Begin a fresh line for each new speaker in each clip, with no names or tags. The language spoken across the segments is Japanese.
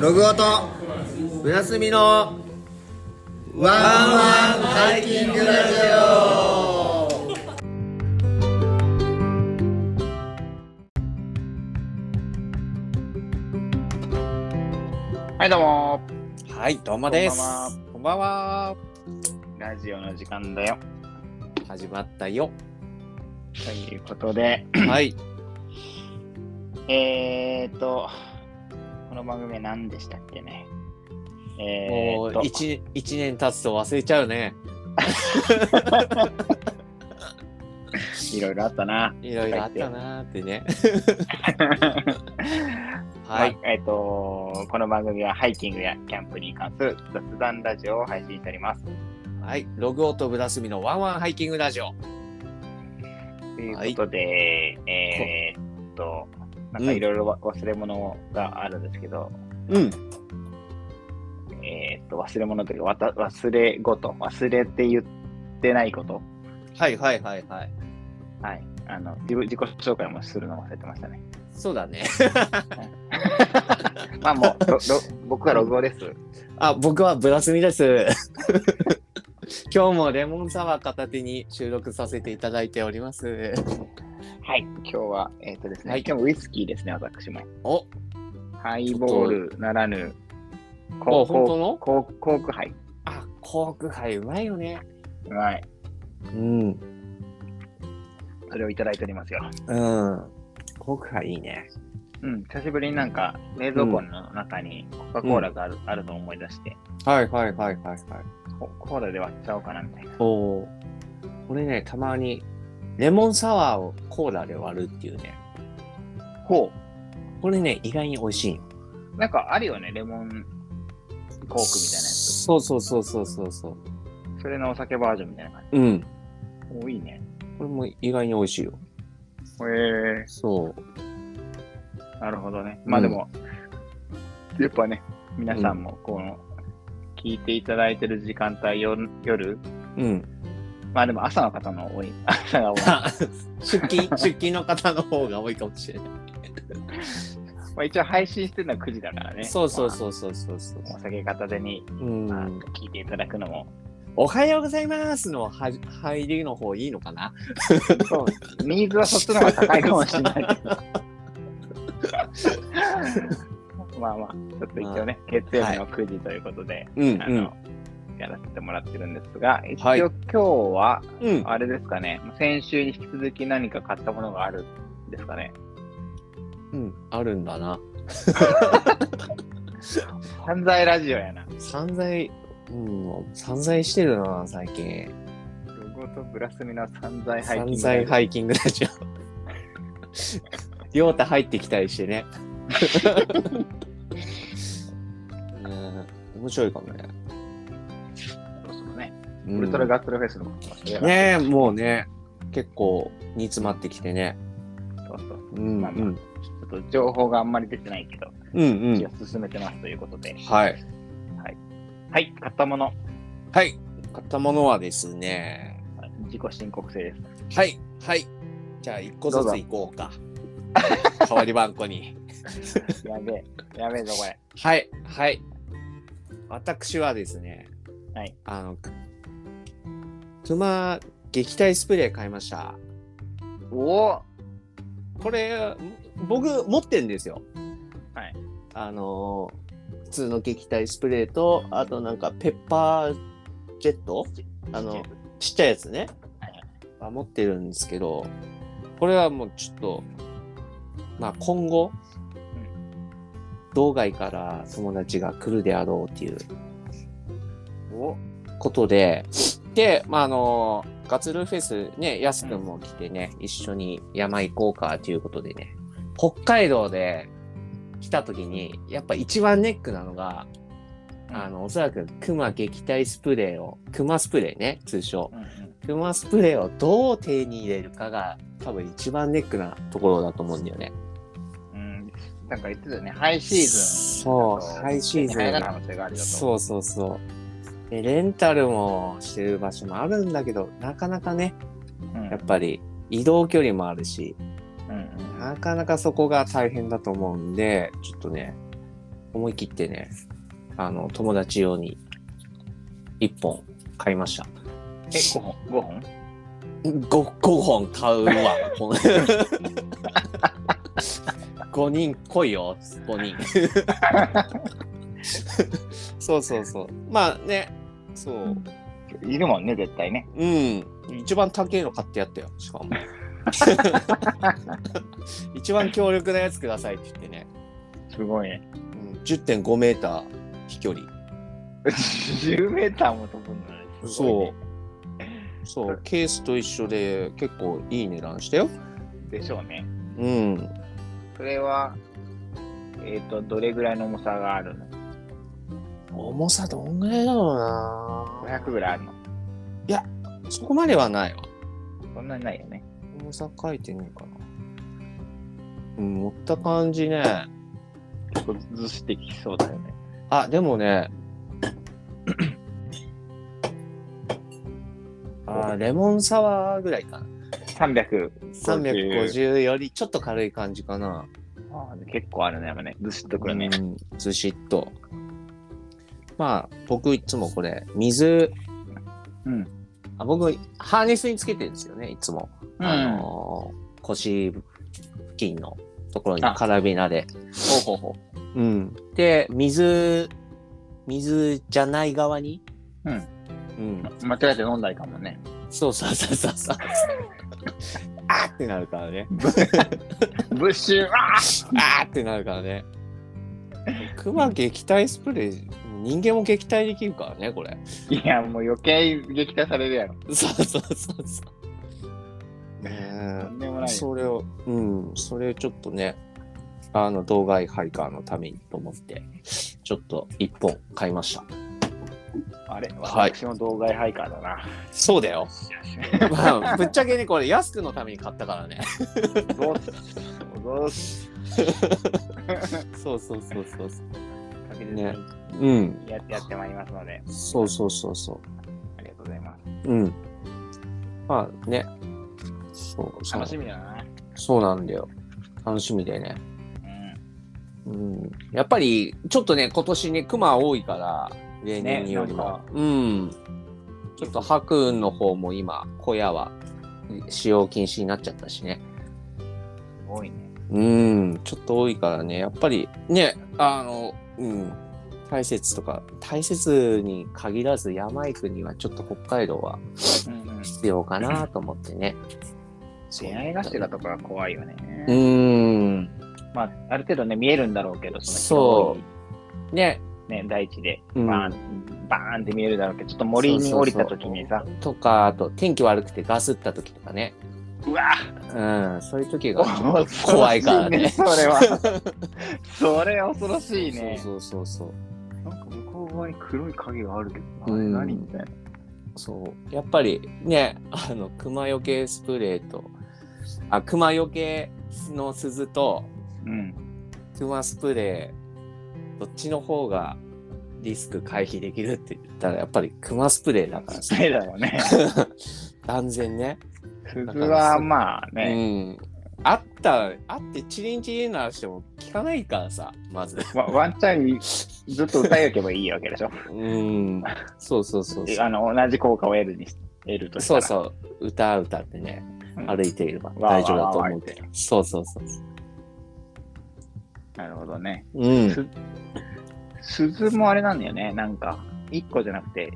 ログオとブラスミのワンワンハイキングラジ
はい、どうも
はい、どうもです。こんばんは。
ーラジオの時間だよ。
始まっ たよ。
ということで、
はい。
えーと、この番組は何でしたっけね。え
も
ーと
う、一一年経つと忘れちゃうね。
いろいろあったな。
いろいろあったなーっ てね。
は
はいい。。
えーと、この番組はハイキングやキャンプに関する雑談ラジオを配信しております。
はい。ログオとブラスミのワンワンハイキングラジオ。
ということで、えーと、なんかいろいろわ忘れ物があるんですけど、
うん。
えーと、忘れ物というか、わた忘れごと、忘れて言ってないこと。
はいはいはいはい。
はい。あの、自分自己紹介もするの忘れてましたね。
そうだね。
まあもう、 ろろ僕はログオです。
あ、僕はブラス ミです。今日もレモンサワー片手に収録させていただいてお ります。
はい。今日は、えっ、とですね、
はい
今日もウイスキーですね、私も。
お、
ハイボールならぬ、
お
コ
本当の
コーコークハイ。
あ、コークハイうまいよね。
はい。
うん。
それをいただいておりますよ。
うん。コークハイいいね。
うん。久しぶりになんか、冷蔵庫の中にコカ・コーラがある,、あると思い出して、
はいはいはいはいはい。
ココーラで割っちゃおうかなみたいな。
おお。これね、たまにレモンサワーをコーラで割るっていうね。
ほ
これね、意外に美味しい。
う。なんかあるよね、レモンコークみたいなやつ。
そうそうそうそうそうそう。
それのお酒バージョンみたいな感
うん。
じ。おいいね。
これも意外に美味しいよ。
へえ
そう。
なるほどね。まあでも、やっぱね、皆さんもこの、聞いていただいてる時間帯夜、夜、
うん。
まあでも朝の方の多い、 朝が多い。
出勤、出勤の方の方が多いかもしれない。
まあ一応配信してるのは9時だからね。
そうそう
う。
そうそうそうそう。
お酒片手に、
うん
まあ、聞いていただくのも、
おはようございますのは入りの方いいのかな
そう、ニーズはそっちの方が高いかもし れないけど。まあまあ、ちょっと一応ね、月曜日の9時ということで、
うん
あの、やらせてもらってるんですが、一
はい
応今日は、
うん。うん。
あれですかね、先週に引き続き何か買ったものがあるんですかね。
うん。あるんだな。
犯罪ラジオやな。
散財、うん、散財してるな、最近。
ロゴとブラスミの犯罪ハイキ
散
ング。
財ハイキングラジオ。 りょうた入ってきたりしてね。 うん、面白いかもね。
そうそうね。
うん
ウルトラガッツルフェスのこともして
ねえ、もうね、結構煮詰まってきてね。
そうそう。
うん、
まあ
う
まあ
ん、
ちょっと情報があんまり出てないけど、
うん、う
一
ん。
応進めてますということで。
はい。
はい、買ったもの、
はい。買ったものはですね、
自己申告制です。
はい、はい。じゃあ、一個ず
どう
つ
ぞ
いこうか。 代わり番こに。
やべえ、やべえぞ、これ。
はい、はい。私はですね、
はい。
あの、熊撃退スプレー買いました。
おお
これ、僕持ってんですよ。
はい。
あの、普通の撃退スプレーと、あとなんかペッパージェットあの、ちっちゃいやつね。
はいはい
は持ってるんですけど、これはもうちょっと、まあ今後、道外から友達が来るであろうっていう
お
ことで、で、まあ、あの、ガツルフェスね、ヤスくんも来てね、一緒に山行こうかということでね、北海道で来た時に、やっぱ一番ネックなのが、あ、の、おそらく熊撃退スプレーを、熊スプレーね、通称。
うんうん
熊スプレーをどう手に入れるかが、多分一番ネックなところだと思うんだよね。
うん。なんか言ってたよね、ハイシーズン。
そうハイシーズン
流行らない可能性があるよと。
そうそうそう。で、レンタルもしてる場所もあるんだけど、なかなかね、
うん。
やっぱり移動距離もあるし、
うんうん
なかなかそこが大変だと思うんで、ちょっとね、思い切ってね、あの、友達用に1本買いました。
え、5本 ?5 本
5, 5本買うわ。この5人来いよ、5人。 そうそうそう。まあね、そう。
いるもんね、絶対ね。
うん。一番高いの買ってやったよ、しかも。一番強力なやつくださいって言ってね。
すごいね。
うん、10.5メーター飛距離。
10メーターも飛ぶんだね。すごい
そ
ね
う。そう、ケースと一緒で結構いい値段したよ。
でしょうね。
うん。
それは、えっ、と、どれぐらいの重さがあるの
重さどんぐらいだろうな
?500 ぐらいあるの
そこまではないわ。
そんなにないよね。
重さ書いてねえかな。うん、持った感じね。
結構ずしてきそうだよね。
あ、でもね。あーレモンサワーぐらいかな。
300。
350よりちょっと軽い感じかな。
あー結構あるね、やっぱね。ずしっとくるね。
うん、ずしっと。まあ、僕いつもこれ、水、
うん。
あ僕、ハーネスにつけてるんですよね、いつも。あのー腰付近のところに
あ
カラビナで。
ほうほうほ
うん。で、水、水じゃない側に。
うん
うん。
う。間違えて飲んだりかもね。
そうそうそうそうそう。あーってなるからね。
ブッシュ、あ
あーってなるからね。クマ撃退スプレー、人間も撃退できるからね、これ。
ーいや、もう余計撃退されるやろ。
そうそうそうそう。ね
とんでも
え。
ないよ。
それを、うん、それちょっとね、あの、動画ハイカーのためにと思って、ちょっと一本買いました。
あれ、
はい
私も動画ハイカーだ な。
そうだよ。まあ、ぶっちゃけね、これ、安くのために買ったからね。
どうすどうす
そうそうそうそうそ
確実に
ねう。うん。
ややってまいりますので、
そうそうそうそ
ありがとうございます。
う。うん。まあね。そうそう
楽しみだな。
そうなんだよ。楽しみでね。
うん。
うん。やっぱり、ちょっとね、今年ね、クマ多いから、例年により
ねな
も
ん。
うん。ちょっと、白雲の方も今、小屋は使用禁止になっちゃったしね。
すごいね。
うん、ちょっと多いからね、やっぱりね、あの、うん、大雪とか、大雪に限らず山行くにはちょっと北海道は
うんうん。
必要かなと思ってね。
出会い頭とかは怖いよね。
うん、
まあ、ある程度ね、見えるんだろうけど、
そうね、
う。ね、大地で、
う
バ
ん
ーン、バーンって見えるだろうけど、ちょっと森に降りた時にさ、
とか、あと天気悪くてガスった時とかね、
うわ
うん、そういう時が
恐ろ し
怖いからね
それ は。それ恐ろしいね。
そうそうそう
なんか向こう側に黒い影があるけ
どあれ何み
みたいな。
そう。そう、やっぱりね、あの、熊よけスプレーと、あ、熊よけの鈴と、
うん。
トゥマスプレー、どっちの方がリスク回避できるって言ったら、やっぱりクマスプレーだからさ
そうだよ ね。
断然ね。
鈴はまあね、
うん。あった、あってチリンチリン鳴らしても効かないからさ、まず。
わワンチャンずっと歌いおけばいいわけでしょ。
うん。そうそうそうそう。
あの、同じ効果を得るにし、得るとした
そう
ら。う
そう。歌歌ってね、
うん
歩いていれば
わあ
大丈夫だと思う
わあわあ
け
言
ど。そうそうそう。
なるほどね。
うん。
鈴もあれなんだよね。なんか、1個じゃなくて、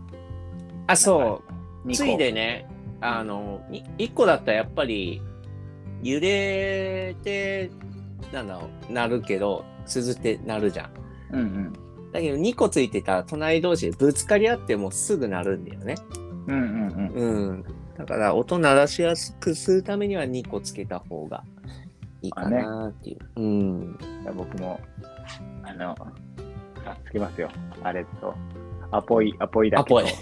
あ、そう。
2個。
ついでね、あの、に一個だったらやっぱり、揺れて、なんだろう、なるけど、鈴ってなるじゃん。
うん
だけど2個ついてたら隣同士でぶつかり合ってもすぐなるんだよね。
うん。うんうんうん。
うん。だから音鳴らしやすくするためには2個つけた方がいいかなっていう。うん。
いや僕も、あの、あ、つけますよ。あれと、アポイ、アポイだ
あ、
けど
ぽい。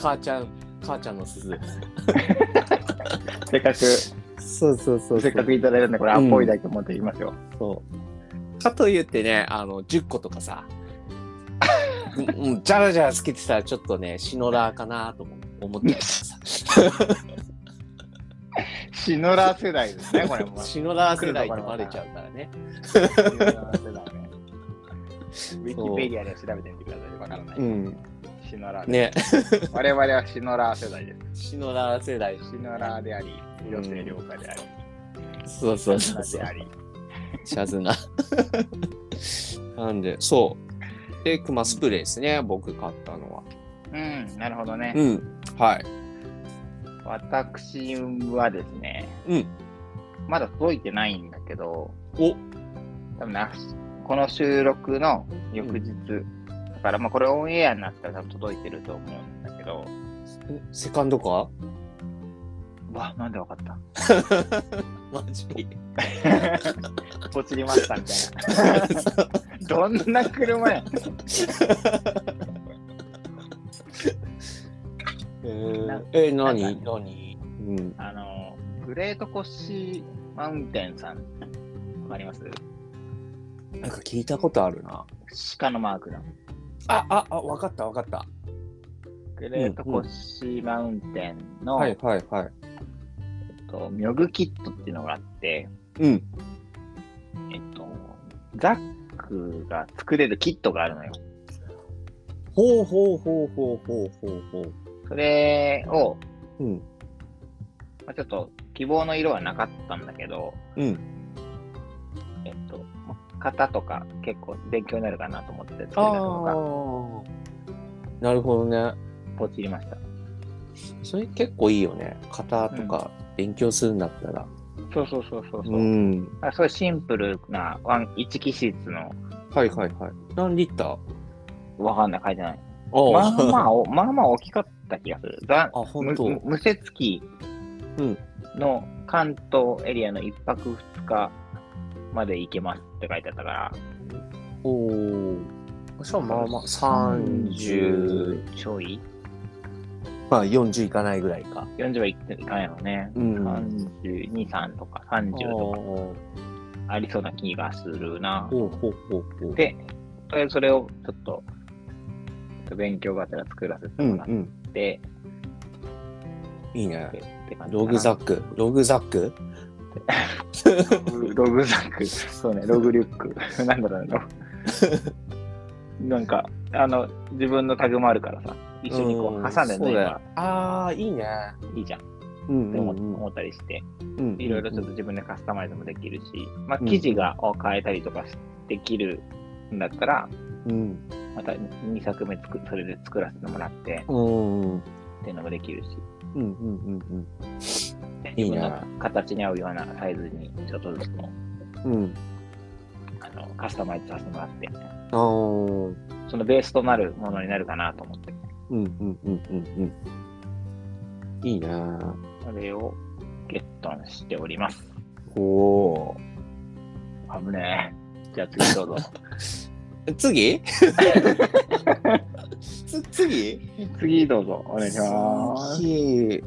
母ちゃん、母ちゃんの鈴。
せ っかく、せ
そうそうそう
っかくいただいたんで、これア
うん
ポイだけ持ってきますよ。
そう。かといってね、あの、10個とか さ、うんうん、じゃらじゃらつけてたらちょっとね、シノラーかなとも思ってさ。
シノ ラー世代ですね、これも。
シノラー世代ってバレちゃうからね。
シノラー世代ねウィキペディアで調べてみてください。わからない。
うん。
シノラー
ね。
我々はシノラー世代です。
シノラ世代。
シノラーであり、広瀬涼香であり、
そうそう
シ
そ
ノ
う
ラー
そう
で。あり。
シャズナ。 なんで、そう。で、クマスプレーですね、僕買ったのは。
うん、なるほどね。
うん。はい。
私はですね、
うん
まだ届いてないんだけど、
お
多分なこの収録の翌日、だからまあこれオンエアになったら多分届いてると思うんだけど、
えセカンドか
うわ、なんでわかった
マジ
ポチりましたみた いな。どんな車や
えー、え何何うん。
あの、グレートコッシーマウンテンさん、わかります
なんか聞いたことあるな。
鹿のマークの。
あ、あ、あ、わかったわかった。
グレートコッシーマウンテンの、
はいはいはい。
えっと、ミョグキットっていうのがあって、
うん。
えっと、ザックが作れるキットがあるのよ。
ほうほうほうほうほうほうほう。
それを、
うん。
まあ、ちょっと希望の色はなかったんだけど、
うん。
えっと、型とか結構勉強になるかなと思って作り出す
あ
の
あ。
が
なるほどね。
ポチりました。
それ結構いいよね。型とか勉強するんだったら。
そうそうそうそう。
う
だ
ん。
からそういうシンプルなワン1機質の、
はいはいはい。何リッター
わかんない、書いてない。
あ
まあまあお、まあまあ大きかった気がする。ざ
あ、ほん
む
と。
む無接機
うん
の関東エリアの1泊2日まで行けますって書いてあったから、
おお。しかもまあまあ、30、
ちょい
まあ40いかないぐらいか。
40はいっていかないのね。
うん
32、3とか30とか
ほ
ありそうな気がするな
う。ほうほうほう。
で、とりあえずそれをちょっと、ちょっと勉強がてら作らせて
うん
もらっ
うん。
て、
いいね。
って感じかな
ログザック。ログザック
ログログザック。そうね、ログリュック。なん だろうね、ログなんか、あの、自分のタグもあるからさ、一緒にこ
うん
う挟んで
そう
ね、
だよああ、いいね。
今いいじゃんって
うん
思思ったりして、
うん
いろいろちょっと自分でカスタマイズもできるし、まあ、生地がを変えたりとかしできるんだったら、
うん。
また2作目作それで作らせてもらって
うん。うん。
っていうのもできるし、
うん。うん。
で
いい
自分
な
の形に合うようなサイズにちょっとずつこう
うん。
あのカスタマイズさせてもらって、
ああ。うん。
そのベースとなるものになるかなと思って、
うん。うん。うん。うん。いいね。
それをゲットしております。
おお。
危ねえ。じゃあ次どうぞ。
次 つ次
次どうぞ、お願いします。
次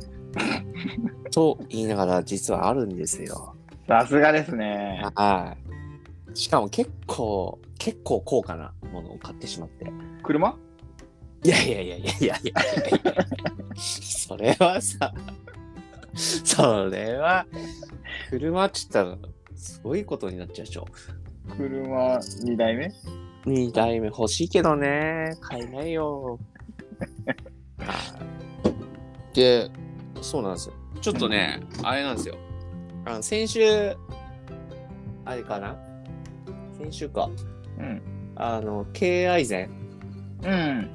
と言いながら実はあるんですよ。
さすがですね。
はい。しかも結構結構高価なものを買ってしまって。
車
いやいやいやいやいやいやいやそれはさ、それは車って言ったらすごいことになっちゃうでしょ。
車2台目
2台目欲しいけどね買えないよはい でそうなんですよちょっとねあれなんですよあの先週あれかな先週か
うん。
あの敬愛禅
うん。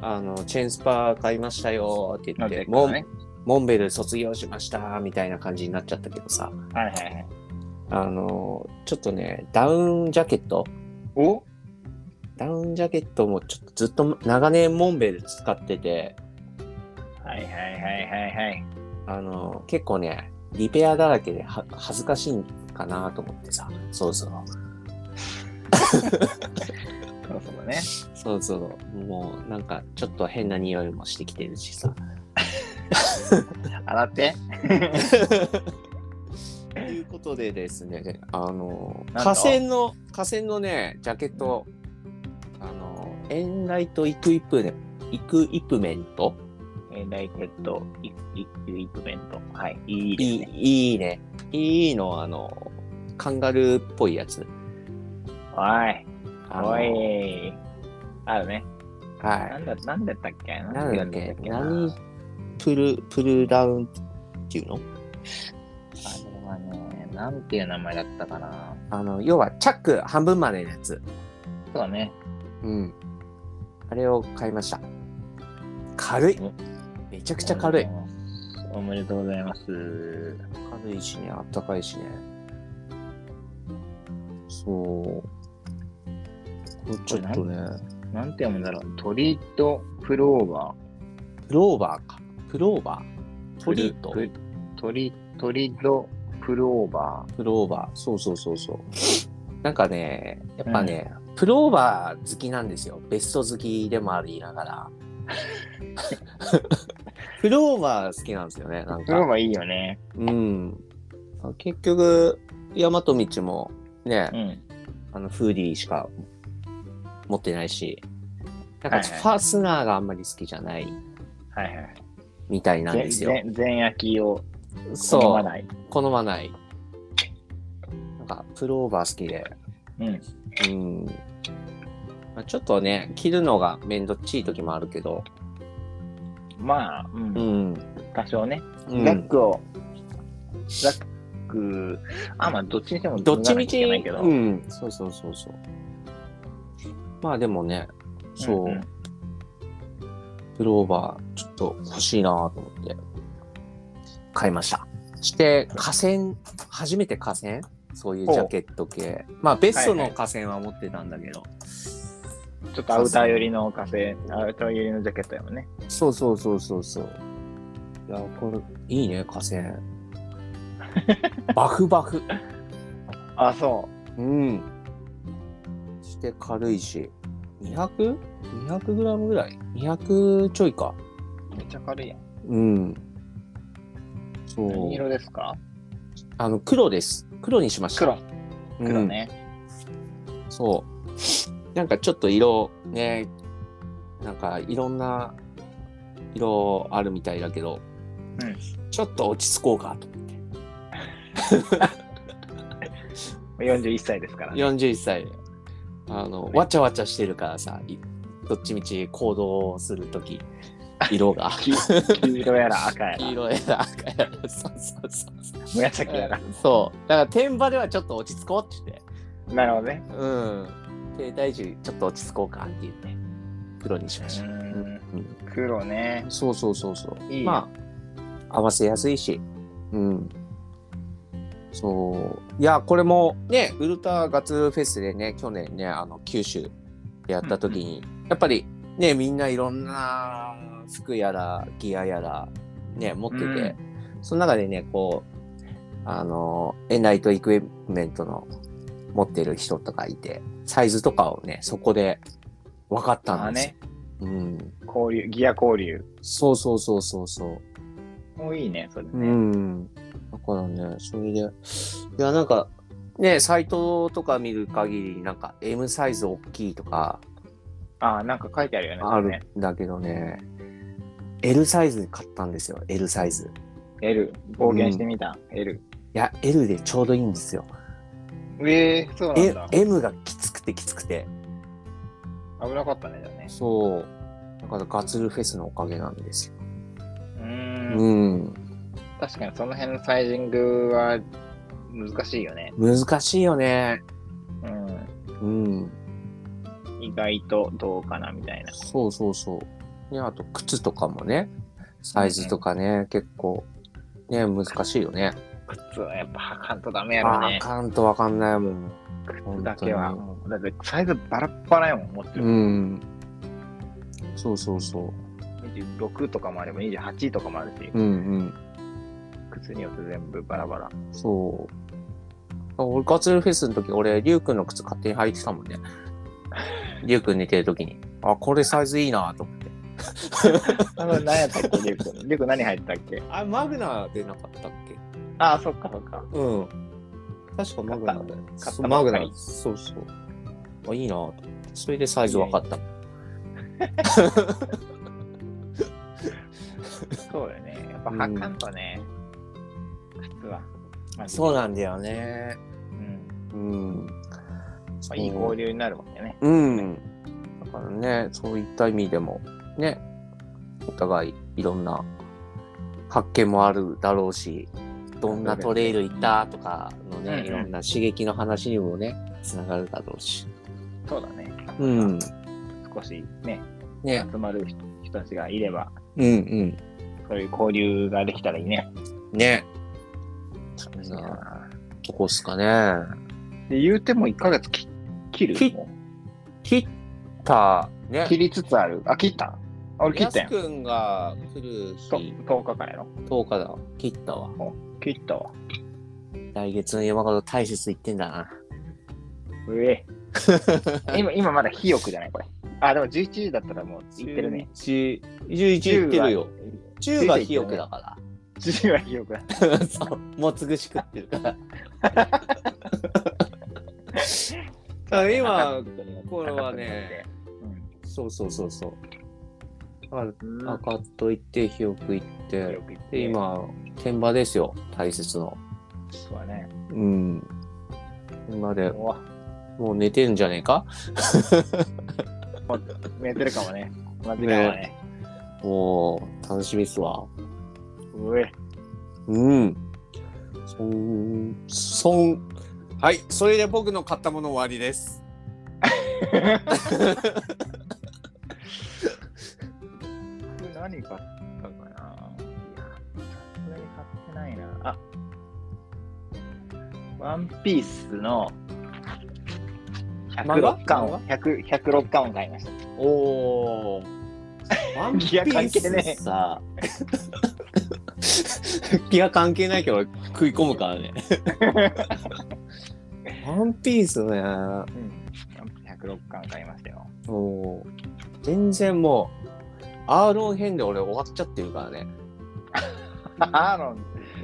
あのチェーンスパー買いましたよって言
な
っ
ん
て
で
モン,、
ね。
モンベル卒業しましたみたいな感じになっちゃったけどさ
はいはいはい。
あのちょっとねダウンジャケット
お
ダウンジャケットもちょっとずっと長年モンベル使ってて
はいはいはいはいはい。
あの、結構ね、リペアだらけでは恥ずかしいかなと思ってさ、そうそう。
そうそうだね。
そうそう。もうなんかちょっと変な匂いもしてきてるしさ。
洗って。
ということでですね、あの、
なんだ
河川の、河川のね、ジャケット、あの、エンライトイクイプメイクイプメント
えーライテッドイイイクイプメント。はい。いいで
い
す
い
ね。
いいね。いいの、あの、カンガルーっぽいやつ。
はい。
あの
おい。あるね。
は
なんだ、なんだったっけ
い。なんだっけ
なんだな
何プル、プルダウンっていうの
あれはね、なんていう名前だったかな。
あの、要はチャック半分までのやつ。
そうだね。
うん。あれを買いました。軽い
うん。
めちゃくちゃ軽い。。
おめでとうございます。
軽いしね、あったかいしね。そう。これちょっとね、
なんて読むんだろう。鳥とプローバ
プローバーか。プローバー。
ー。
トリート。
プ鳥、鳥とプローバ
プローバー。そうそうそうそう。なんかね、やっぱね、プローバー好きなんですよ。ベスト好きでもありなが ら。プローバー好きなんですよね、なん
ー。プロー
か。
バーいいよね。
うん。結局、大和道もね、
うん。
あの、フーディーしか持ってないし、なんか
はい
フ
はい
ァスナーがあんまり好きじゃない
はいはい。
みたいなんですよ。
全全焼きを
そ
好ま
う、
ない。
好まない。なんか、プローバー好きで、
うん。
うん。まあ、ちょっとね、着るのがめんどっちい時もあるけど、
まあ、うん
うん。
多少ね。
うん
ザックを、ザック、あ、まあ、どっちにしても
どっちみ
脱がなきゃい
ち、
けないけど。
うん。そうそうそうそう。まあでもね、そう、
うんうん
プローバー、ちょっと欲しいなと思って、買いました。して、河川、初めて河川そういうジャケット系。まあ、ベストの河川は持ってたんだけど。
ちょっとアウター寄りのカフェ、アウター寄りのジャケットやもんね。
そうそうそうそうそう。いや、これ、いいね、河川。バフバフ。
あ、そ
うん。して軽いし、200?200 グラムぐらい ?200 ちょいか。
う。めっちゃ軽いやん。
うん。そう。
何色ですか
あの、黒です。黒にしました。
黒。
うん。
黒ね。
そう。なんかちょっと色、ね、なんかいろんな色あるみたいだけど、
うん
ちょっと落ち着こうかと。
41歳ですからね。
41歳で。あの、わちゃわちゃしてるからさ、いどっちみち行動するとき、色が。
黄黄色やら赤や
黄
ら
色やら赤やら、そうそうそうそう。
紫やら。
そう。だから、天場ではちょっと落ち着こうって言って。
なるほどね。
うん。停滞時、ちょっと落ち着こうかって言って、黒にしました。
うん
うん
黒ね。
そうそうそうそう。
いいね
まあ、合わせやすいし。うん。そう。いや、これもね、ウルタガツフェスでね、去年ね、あの、九州でやった時に、やっぱりね、みんないろんな服やら、ギアやら、ね、持ってて、
うん
その中でね、こう、あの、エナイトエクイプメントの持ってる人とかいて、サイズとかをね、そこで分かった
あ
んですよ。
ね。
うん。
交流、ギア交流。
そうそうそうそうそう。
もういいね、それ
う
ね。
ん。だからね、それで、いや、なんか、ね、サイトとか見る限り、なんか M サイズ大きいとか
あ、なんか書いてあるよね。
ある
ね。
んだけどね、L サイズ買ったんですよ、L サイズ。
L。暴言してみた。L。
いや、L でちょうどいいんですよ。
ええ、そうなん
え
だ。
M がきつくてきつくて。
危なかったね、じゃあね。
そう。だからガツルフェスのおかげなんですよ。
うーん。
うん。
確かにその辺のサイジングは難しいよね。
難しいよね。
うん。
うん。
意外とどうかなみたいな。
そうそうそう。ね、あと靴とかもね、サイズとかね、結構、ね、難しいよね。
靴はやっぱ履かんとダメや
あ
ろ
あ
ね。
かんとわかんないもん。
靴だけは。
本
もうだってサイズバラッバラやもん、持って
当
る。
にうん。そうそうそ
26とかもあれば28とかもあるし、
う。うんうん。
靴によって全部バラバラ。
そう。あ俺、ガツルフェスの時、俺、リュウくんの靴勝手に履いてたもん ね。リュウくん寝てる時に。あ、これサイズいいなと思って。
あの、何やったっけ、リュック。リュック何入ってたっけ
あ、マグナでなかったっけ
ああ、そっかそっか。
うん。確かマグナだよ。
買った
そう
ば
マ
っ
グ
か
ナ
り。
そうそう。あ、いいなぁと思って。それでサイズ分かった。
そうだよね。やっぱ履かんとね、靴は。
そう
だ。
なんだよね。
うん。
うん。
ぱいい交流になるわけね。
うん。だからね、そういった意味でも、ね、お互いいろんな発見もあるだろうし、どんなトレイル行ったとかの
うんう
ね、
ん
いろんな刺激の話にもね、つながるだろうし。
そうだね。
うん。
少しね、
ね。
集まる人人たちがいれば、
うん
そういう交流ができたらいいね。
うん。ね。そんなとこっすかね。
で言うても1ヶ月き切る
切
も
切った、ね
う。切りつつある。あ、切った俺切ったや
や
ん。
すくんが来る
と
日、
10日間やろ。
10日だわ。切ったわ。
切ったわ。
来月の山形大切行ってんだな。
う え。今、今まだ火欲じゃないこれ。あ、でも11時だったらもう行ってるね。
11。11行ってるよ。中がひよくだか
10は火欲だ。
ら。そう。もつぐし食ってるから。あ 今、これはね、そうそうそうそう。
うん、
赤と行って、ひよく行って、
行って
で、今、天場ですよ、大切の。
そうだね。
うん。天場で、
うわ
もう寝てるんじゃねえか
寝てるかもね。同じかもね。
もう、楽しみっすわ。
うえ。
うん。そん、そん。はい、それで僕の買ったもの終わりです。
何買ったかないや、さすがに買ってないな。あワンピースの
漫画
106巻を、100 106巻を買いました。
おお。ワンピ
ギア関係
ー
ねえ
スさ。ギア関係ないけど食い込むから ね。ワンピースね。
106巻買いましたよ。
もう全然もうアーロン編で俺終わっちゃってるからね。
アーロン、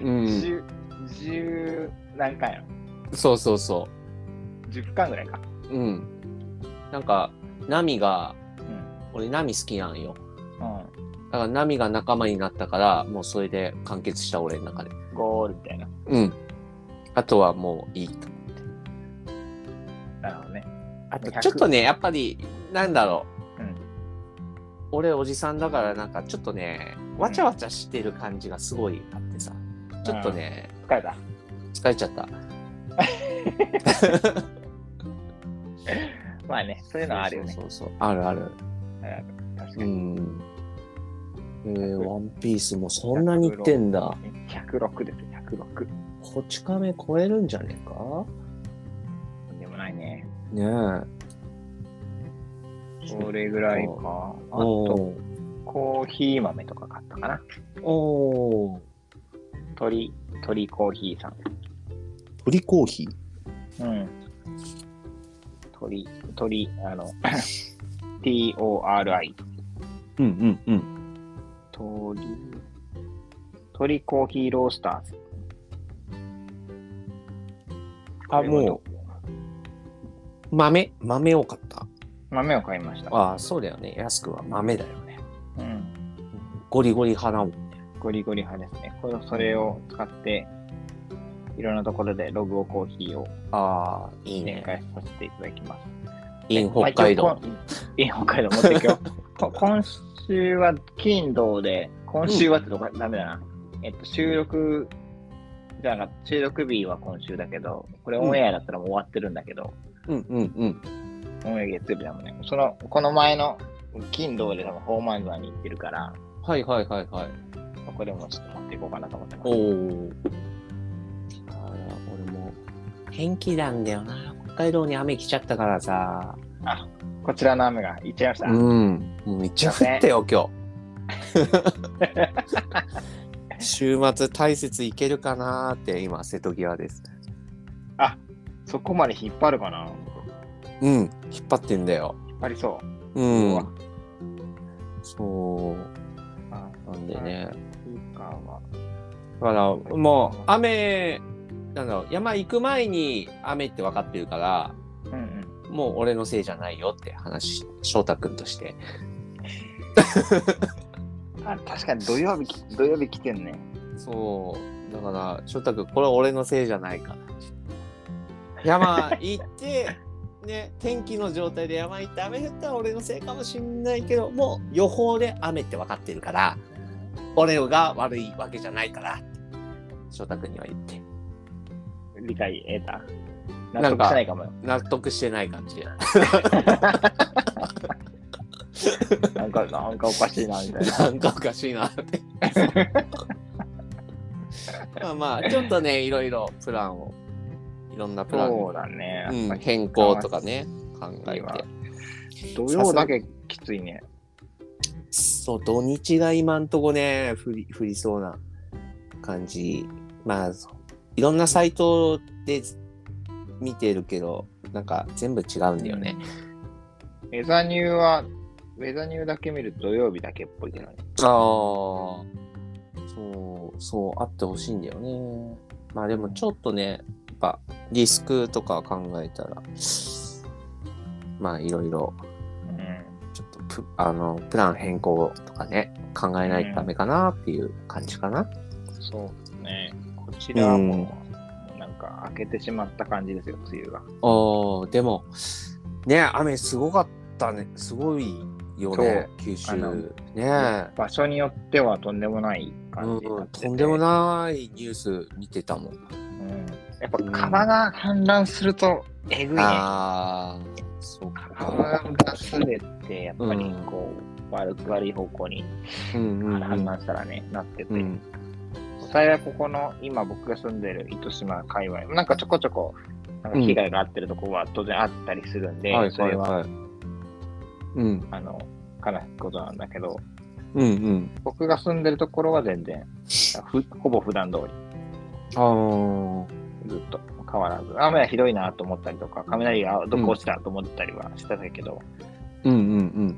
うん。
10、10何巻やろ
そうそうそ
?10 巻ぐらいか。
う。うん。なんかナミが
うん。
俺ナミ好きなんよ。
う
だからナミが仲間になったからもうそれで完結した俺の中で。
ん。ゴールみたいな。
うん。あとはもういいと。
なるほどね。
あと
100
ちょっとね、やっぱり、なんだろう。
うん
俺、おじさんだから、なんか、ちょっとね、わちゃわちゃしてる感じがすごいあってさ、ちょっとね、
疲れた。
疲れちゃった。
まあね、そういうのはあるよね。
そうそうそうあるある。
確か
う
に。
ん。えー、ワンピースもそんなにいってんだ。
106ですよ、106。
こち亀超えるんじゃねえか
とんでもないね。
ね
それぐらいか。
え。
あと、
おー
コーヒー豆とか買ったかな。
おー。
鳥、鳥コーヒーさん。
鳥コーヒー
うん。鳥、鳥、あの、TORI。
うんうんうん。
鳥、鳥コーヒーロースターズ。
あ、もう、豆、豆を買った。
う。豆を買いました。
ああ、そうだよね。安くは豆だよね。
うん。
ゴリゴリ花を。
ゴリゴリ派ですね。これそれを使って、いろんなところでログオコーヒーを
ああ、いい
展
ね。
開させていただきます。
イン北海
まあ
道。。
一応こんイン北海道持っていく よ。こ今週は金土で、今週はってどこダメだな。えっと、収録じゃなかった、収録日は今週だけど、これオンエアだったらもう終わってるんだけど、
うんうんうん。
オンエア月曜日だもんね。その、この前の金土で多分ホーマンザに行ってるから、
はいはいはいはい。
ここでもちょっと持っていこうかなと思ってま
お
す。
お。あら、俺も、天気なんだよな。北海道に雨来ちゃったからさ。
こちらの雨が行っちゃいました。
うん。もうめっちゃ降ったよ、 今日。週末、大雪行けるかなーって、今、瀬戸際です。
そこまで引っ張るかな
うん。引っ張ってんだよ。
引っ張りそうう。
ん
うわ。
そう。
あ
なんでね。
いいかは。
だからもう雨なんだろう山行く前に雨って分かってるから
うんうん。
もう俺のせいじゃないよって話翔太君として
あ確かに土曜日き、土曜日来てんね。
そうだから翔太君これは俺のせいじゃないから山行って ね、天気の状態で山行って雨降ったら俺のせいかもしんないけど、もう予報で雨って分かってるから、俺が悪いわけじゃないから、翔太君には言って。
理解得た
な
納
ん
得
か
してないかもよ。
納得してない感じ。
なんか、なんかおかしいな、みたいな。
なんかおかしいな って。まあまあ、ちょっとね、いろいろプランを、いろんなプラン
そ
を
うだね。
う
やっぱ
ん、
り
変更とかね、考え
今
て。
土曜だけきついね。
そう、土日が今んとこね、降り降りそうな感じ。まあ、そういろんなサイトで見てるけど、なんか全部違うんだよね。
ウェザニューは、ウェザニューだけ見ると土曜日だけっぽいけどね。
ああ、そう、そうあってほしいんだよね。まあでもちょっとね、やっぱリスクとか考えたら、まあいろいろ、
うん。
ちょっとプあのプラン変更とかね、考えないとダメかなっていう感じかな。
そうね。こちらはもう、なんか開けてしまった感じですよ、梅雨が。
おーでも、ね、雨すごかったね、すごいよね、九州
あの。
ね
場所によってはとんでもない感じに
う
な
ん、
って
とんでもないニュース見てたもん。
うんやっぱ川が氾濫するとえぐいね。
ああ、そうか。
川がすべてやっぱりこう、悪く悪い方向に
うんうんう
氾
ん
濫したらね、なってて、
うん
幸いここの今僕が住んでる糸島界隈もなんかちょこちょこなんか被害があってるとこは当然あったりするんで、
はい
そ
は
れ
い
は、
はい。うん
あの悲しいことなんだけど、
うんうん。
僕が住んでるところは全然ふほぼ普段通り。
ああ。
ずっと変わらず、雨はひどいなと思ったりとか、雷がどこ落ちたと思ったりはしてたけど、
うんうん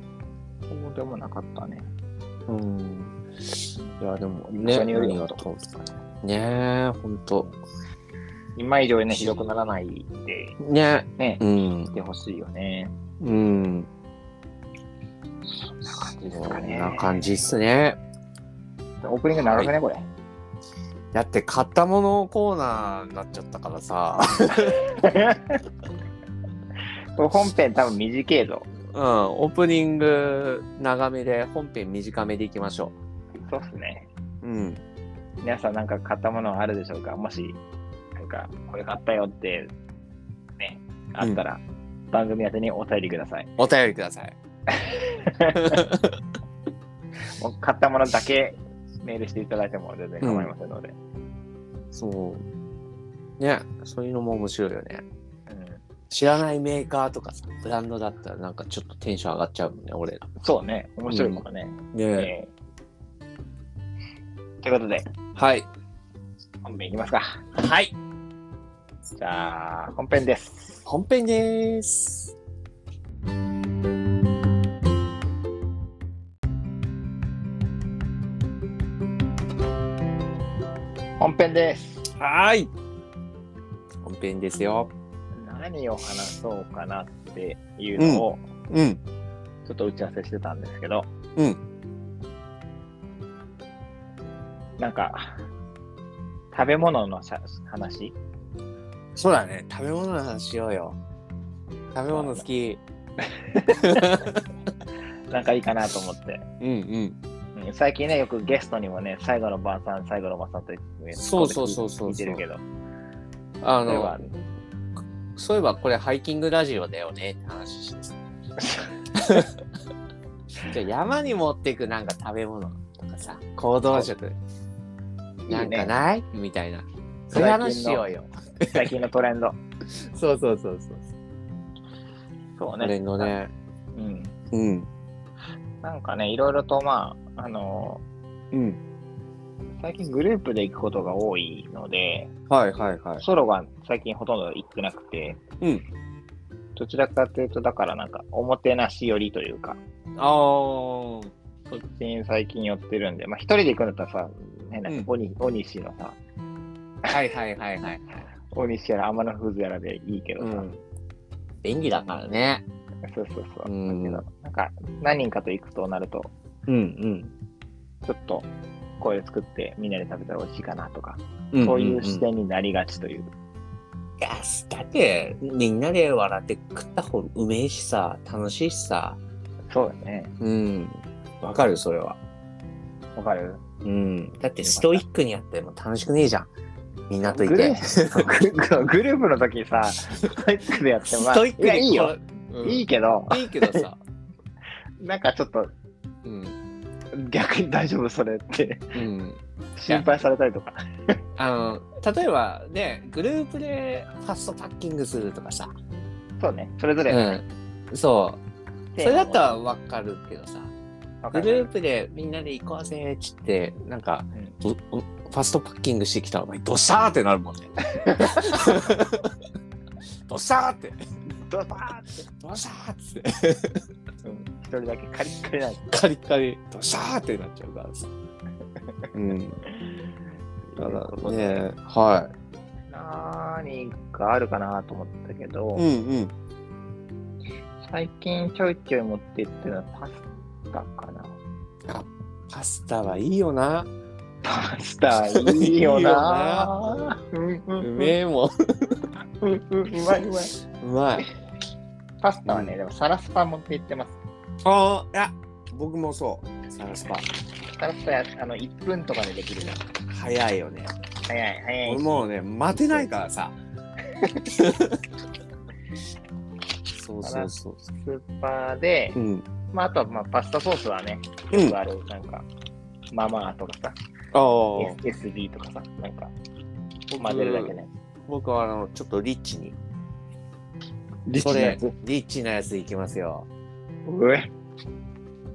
そうでもなかったね。
うん。うん。いや、でも
場
ね、
所によるよ
何がとねえ、ほんと。
今以上にね、ひどくならないで、
ね
ね、
うん
来。てほしいよね。
うん。こ
感じですかね
んな感じっすね。
オープニング長くね、これ。
だって買ったものコーナーになっちゃったからさ。
これ本編多分短いぞ。
うん、オープニング長めで本編短めでいきましょ
そうっすね。
う。うん。
皆さんなんか買ったものはあるでしょうかもし、なんか、これ買ったよって、ね、あったら、番組宛てにお便りください。
お便りください。
もう買ったものだけメールしていただいても全然構いませんので。
そう。ね、そういうのも面白いよね。
うん
知らないメーカーとかさ、ブランドだったらなんかちょっとテンション上がっちゃうもんね、俺ら。
そうね、面白いものね。
ね
えーということで、
はい。
本編いきますか。
はい。
じゃあ、本編です。
本編でーす。
本編です。
はい。本編ですよ。
何を話そうかなっていうのを、
うん。
ちょっと打ち合わせしてたんですけど、
うん
なんか、食べ物のさ話
そうだね。食べ物の話しようよ。食べ物好き。
なんかいいかなと思って、
うんうん。
うん最近ね、よくゲストにもね、最後の晩餐、最後の晩餐って、
そうそうそうそうそう
聞いてるけど、
あ
それは
の、そういえばこれハイキングラジオだよねって話して たじゃあ山に持っていくなんか食べ物とかさ、行動食。なんかないみたいな。そういう話しようよ。
最近のトレンド。
そうそうそうそう。
そう
トレンドね。
うん。
うん。
なんかね、いろいろとまあ、あの
うん。
ー最近グループで行くことが多いので、
はいはいはい。
ソロが最近ほとんど行ってなくて、
うん
どちらかというと、だからなんか、おもてなし寄りというか、
ああ。
そっちに最近寄ってるんで、まあ、一人で行くんだったらさ、変な、
うん
オニオニシのさ、
はいはいはいはい。
オニシやら、アマノフーズやらでいいけど
う
さ、
ん。便利だからね。
そうそうそう。
うん
だけど、なんか、何人かと行くとなると、
うん
ちょっと、これ作ってみんなで食べたら美味しいかなとか、
うん。
そういう視点になりがちという
や、だって、みんなで笑って食った方がうめえしさ、楽しいしさ。
そうだね。
うん。わかるよ、それは。
わかる
うん。だってストイックにやっても楽しくねえじゃん。みんなとい
グル
て。
ープグループの時さ、ストイックでやっても、ま
ス
あ、
トイッ
い
クに
や、いいよ。。
うん
いいけど、
いいけどさ。
なんかちょっと
うん。
逆に大丈夫それ って
うん。
心配されたりとか。
あの、例えばね、グループでファストパッキングするとかさ。
そうね、それぞれ。
うん。そう。それだったらわかるけどさ。
わか
グ
る
ループでみんなで行こうぜっつって、なんか、おおファストパッキングしてきたら、お前、どしゃーってなるもん ね。どしゃーって、
ドバーって
どしゃーっつって、
一人だけカリッカリなんだ
カリッカリ、どしゃーってなっちゃうからさ。うん。だからね、は
何かあるかなと思ったけど、
い。んうん。
最近ちょいちょい持って行ってるのはパスタかな。
パスタはいいよな。
パスタいいよな。
う
う
めえもん。
うんうんうまいうまい。
うまい。
パスタはね、でもサラスパ持って行ってます。
ああ、いや、僕もそう。サラスパ。
サラスパやあの1分とかでできるじゃん。
早いよね。
早い早い
俺。もうね、待てないから さ。そうそうそう。
スーパーで、
うん。
まああとはまあパスタソースはね、
うん
よくある、なんか、ママとかさ、
ああ。
S- SB とかさ、なんか混ぜるだけね。
僕はあの、ちょっとリッチに。
リッチ
そ
な
れ
やつ、
リッチなやついきますよ。
うえ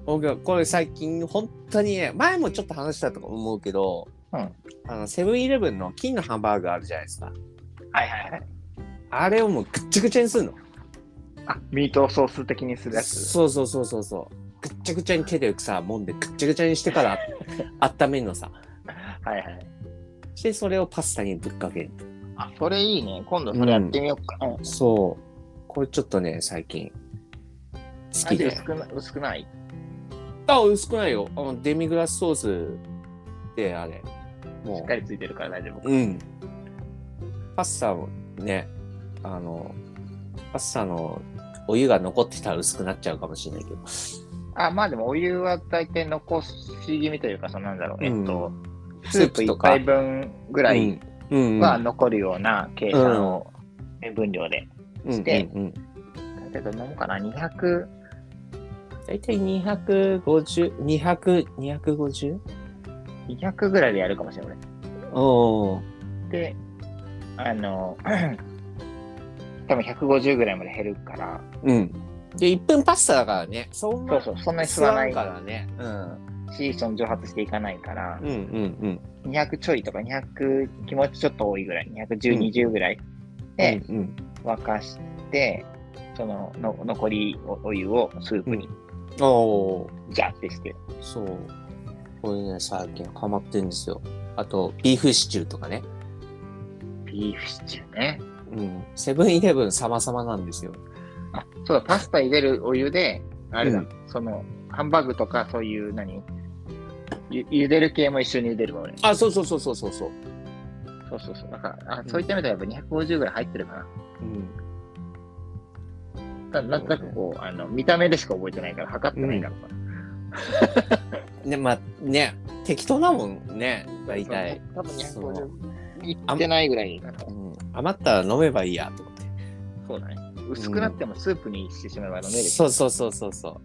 僕はこれ最近、本当にね、前もちょっと話したとか思うけど、
うん
あの、セブンイレブンの金のハンバーグあるじゃないですか。
はいはいはい。
あれをもうぐっちゃぐちゃにするの。
あ、ミートソース的にするやつ。
そうそうそうそうそう。ぐっちゃぐちゃに手でさ、揉んでぐっちゃぐちゃにしてから、 温めるのさ。
はいはい。
して、それをパスタにぶっかける。
あ、それいいね。今度それやってみようか。うん
そう。これちょっとね、最近。好き
味
で
薄。くな薄くない
あ、薄くないよ。あの、デミグラスソースで、あれ。もう。
しっかりついてるから大丈夫。
うん。パスタをね、あの、パスタのお湯が残ってたら薄くなっちゃうかもしれないけど。
あ、まあでもお湯は大体残し気味というか、そのなんだろう。
うん
えっと、
ス
スープ
と
1
か
杯分ぐらい
うん。うん。
は残るような計算を分量で。
うん、
して
うんうん。
大体どんなもんかな ?200。
だいたい250、200、250?
200ぐらいでやるかもしれない。
おー。
で、あの、多分150ぐらいまで減るから、
うん。で、1分パスタだからね。そん
そ
な
うそう、そんなに
吸
吸
わ
わ
な
ないい
からね。うん。
し、その蒸発していかないから
うん、うん
200ちょいとか200、気持ちちょっと多いぐらい、210、
うん
20ぐらい
うん。
で
うんうん。
沸かして、そのの残りおお湯をスープに
おー。
ジャーってして、
そう。これね、最近ハマってんですよ。あと、ビーフシチューとかね。
ビーフシチューね。
うん。セブンイレブン様々なんですよ。
あ、そうだ、パスタ入れるお湯で、あれだ、
うん
その、ハンバーグとかそういう何、ゆ茹でる系も一緒に茹でるわ、俺。
あ、そうそうそうそうそうそう。
そうそうそう。なんか、あそういった意味ではやっぱ250ぐらい入ってるかな。
うん。
ただなんとなくこう、あの、見た目でしか覚えてないから、測ってないからさ。
ね、まあね、適当なもんね、大体。
多分
そう
250。いってないぐらいかな。
うん、余ったら飲めばいいやと思って。
そうだね。薄くなってもスープにしてしまえば飲める
そうそうそうそうそ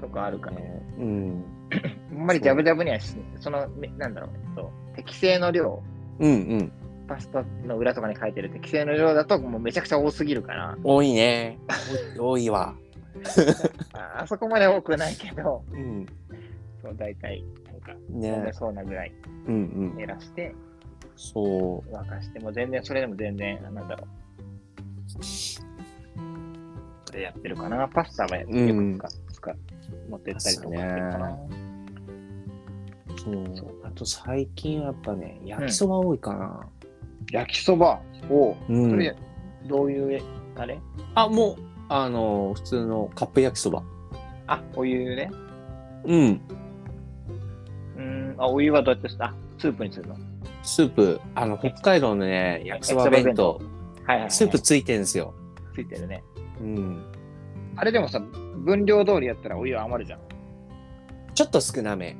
とかあるか
う。
ら、
ね、うん。
あんまりジャブジャブにはし、その、めなんだろう、えっと、適正の量、
うんうん。
パスタの裏とかに書いてる適正の量だと、もうめちゃくちゃ多すぎる から、
多いね。多い多いわ。
ああそこまで多くないけど、
うん。
そう大体、なんか、飲
ね
め。そうなぐらい
うんうん。
減らして、
そう。
沸かして、もう全然、それでも全然、なんだろう。これやってるかな。パスタはよく使,、
うん
使う持ってったりとかしてるかな。
そうあと最近はやっぱね、焼きそば多いかな。
焼きそばを、
うん
それ、どういう、あれ
あ、もう、あの、普通のカップ焼きそば。
あ、お湯ね。
うん。
うーん、あ、お湯はどうやってしたあ、スープにするの。
スープ、あの、北海道のね、焼きそば弁当、
はいはいはい。
スープついてんすよ。
ついてるね。
うん。
あれでもさ、分量通りやったらお湯余るじゃん。
ちょっと少なめ。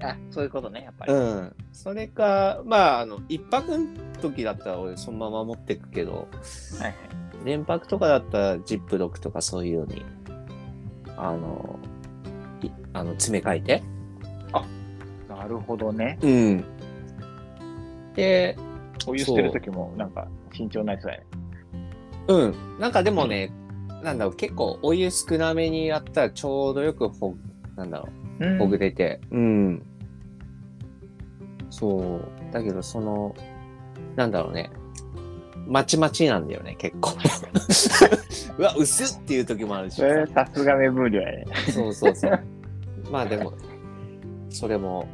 あ、そういうことね、やっぱり。
うん。それか、まあ、あの、一泊の時だったら俺そのまま持ってくけど、
はいはい。
連泊とかだったらジップロックとかそういうのに、あの、いあの詰め替えて。
なるほどね。
うん。で、
お湯捨てるときも、なんか、慎重になりそうやね。
うん。なんかでもね、なんだろう、結構お湯少なめにやったらちょうどよくほ、なんだろ
う
う、
ん
ほぐれて。うん。そう。だけど、その、なんだろうね。まちまちなんだよね、結構。うわ、薄っっていう時もあるし
そ。れさすが目分量やね。
そうそうそう。まあでも、それも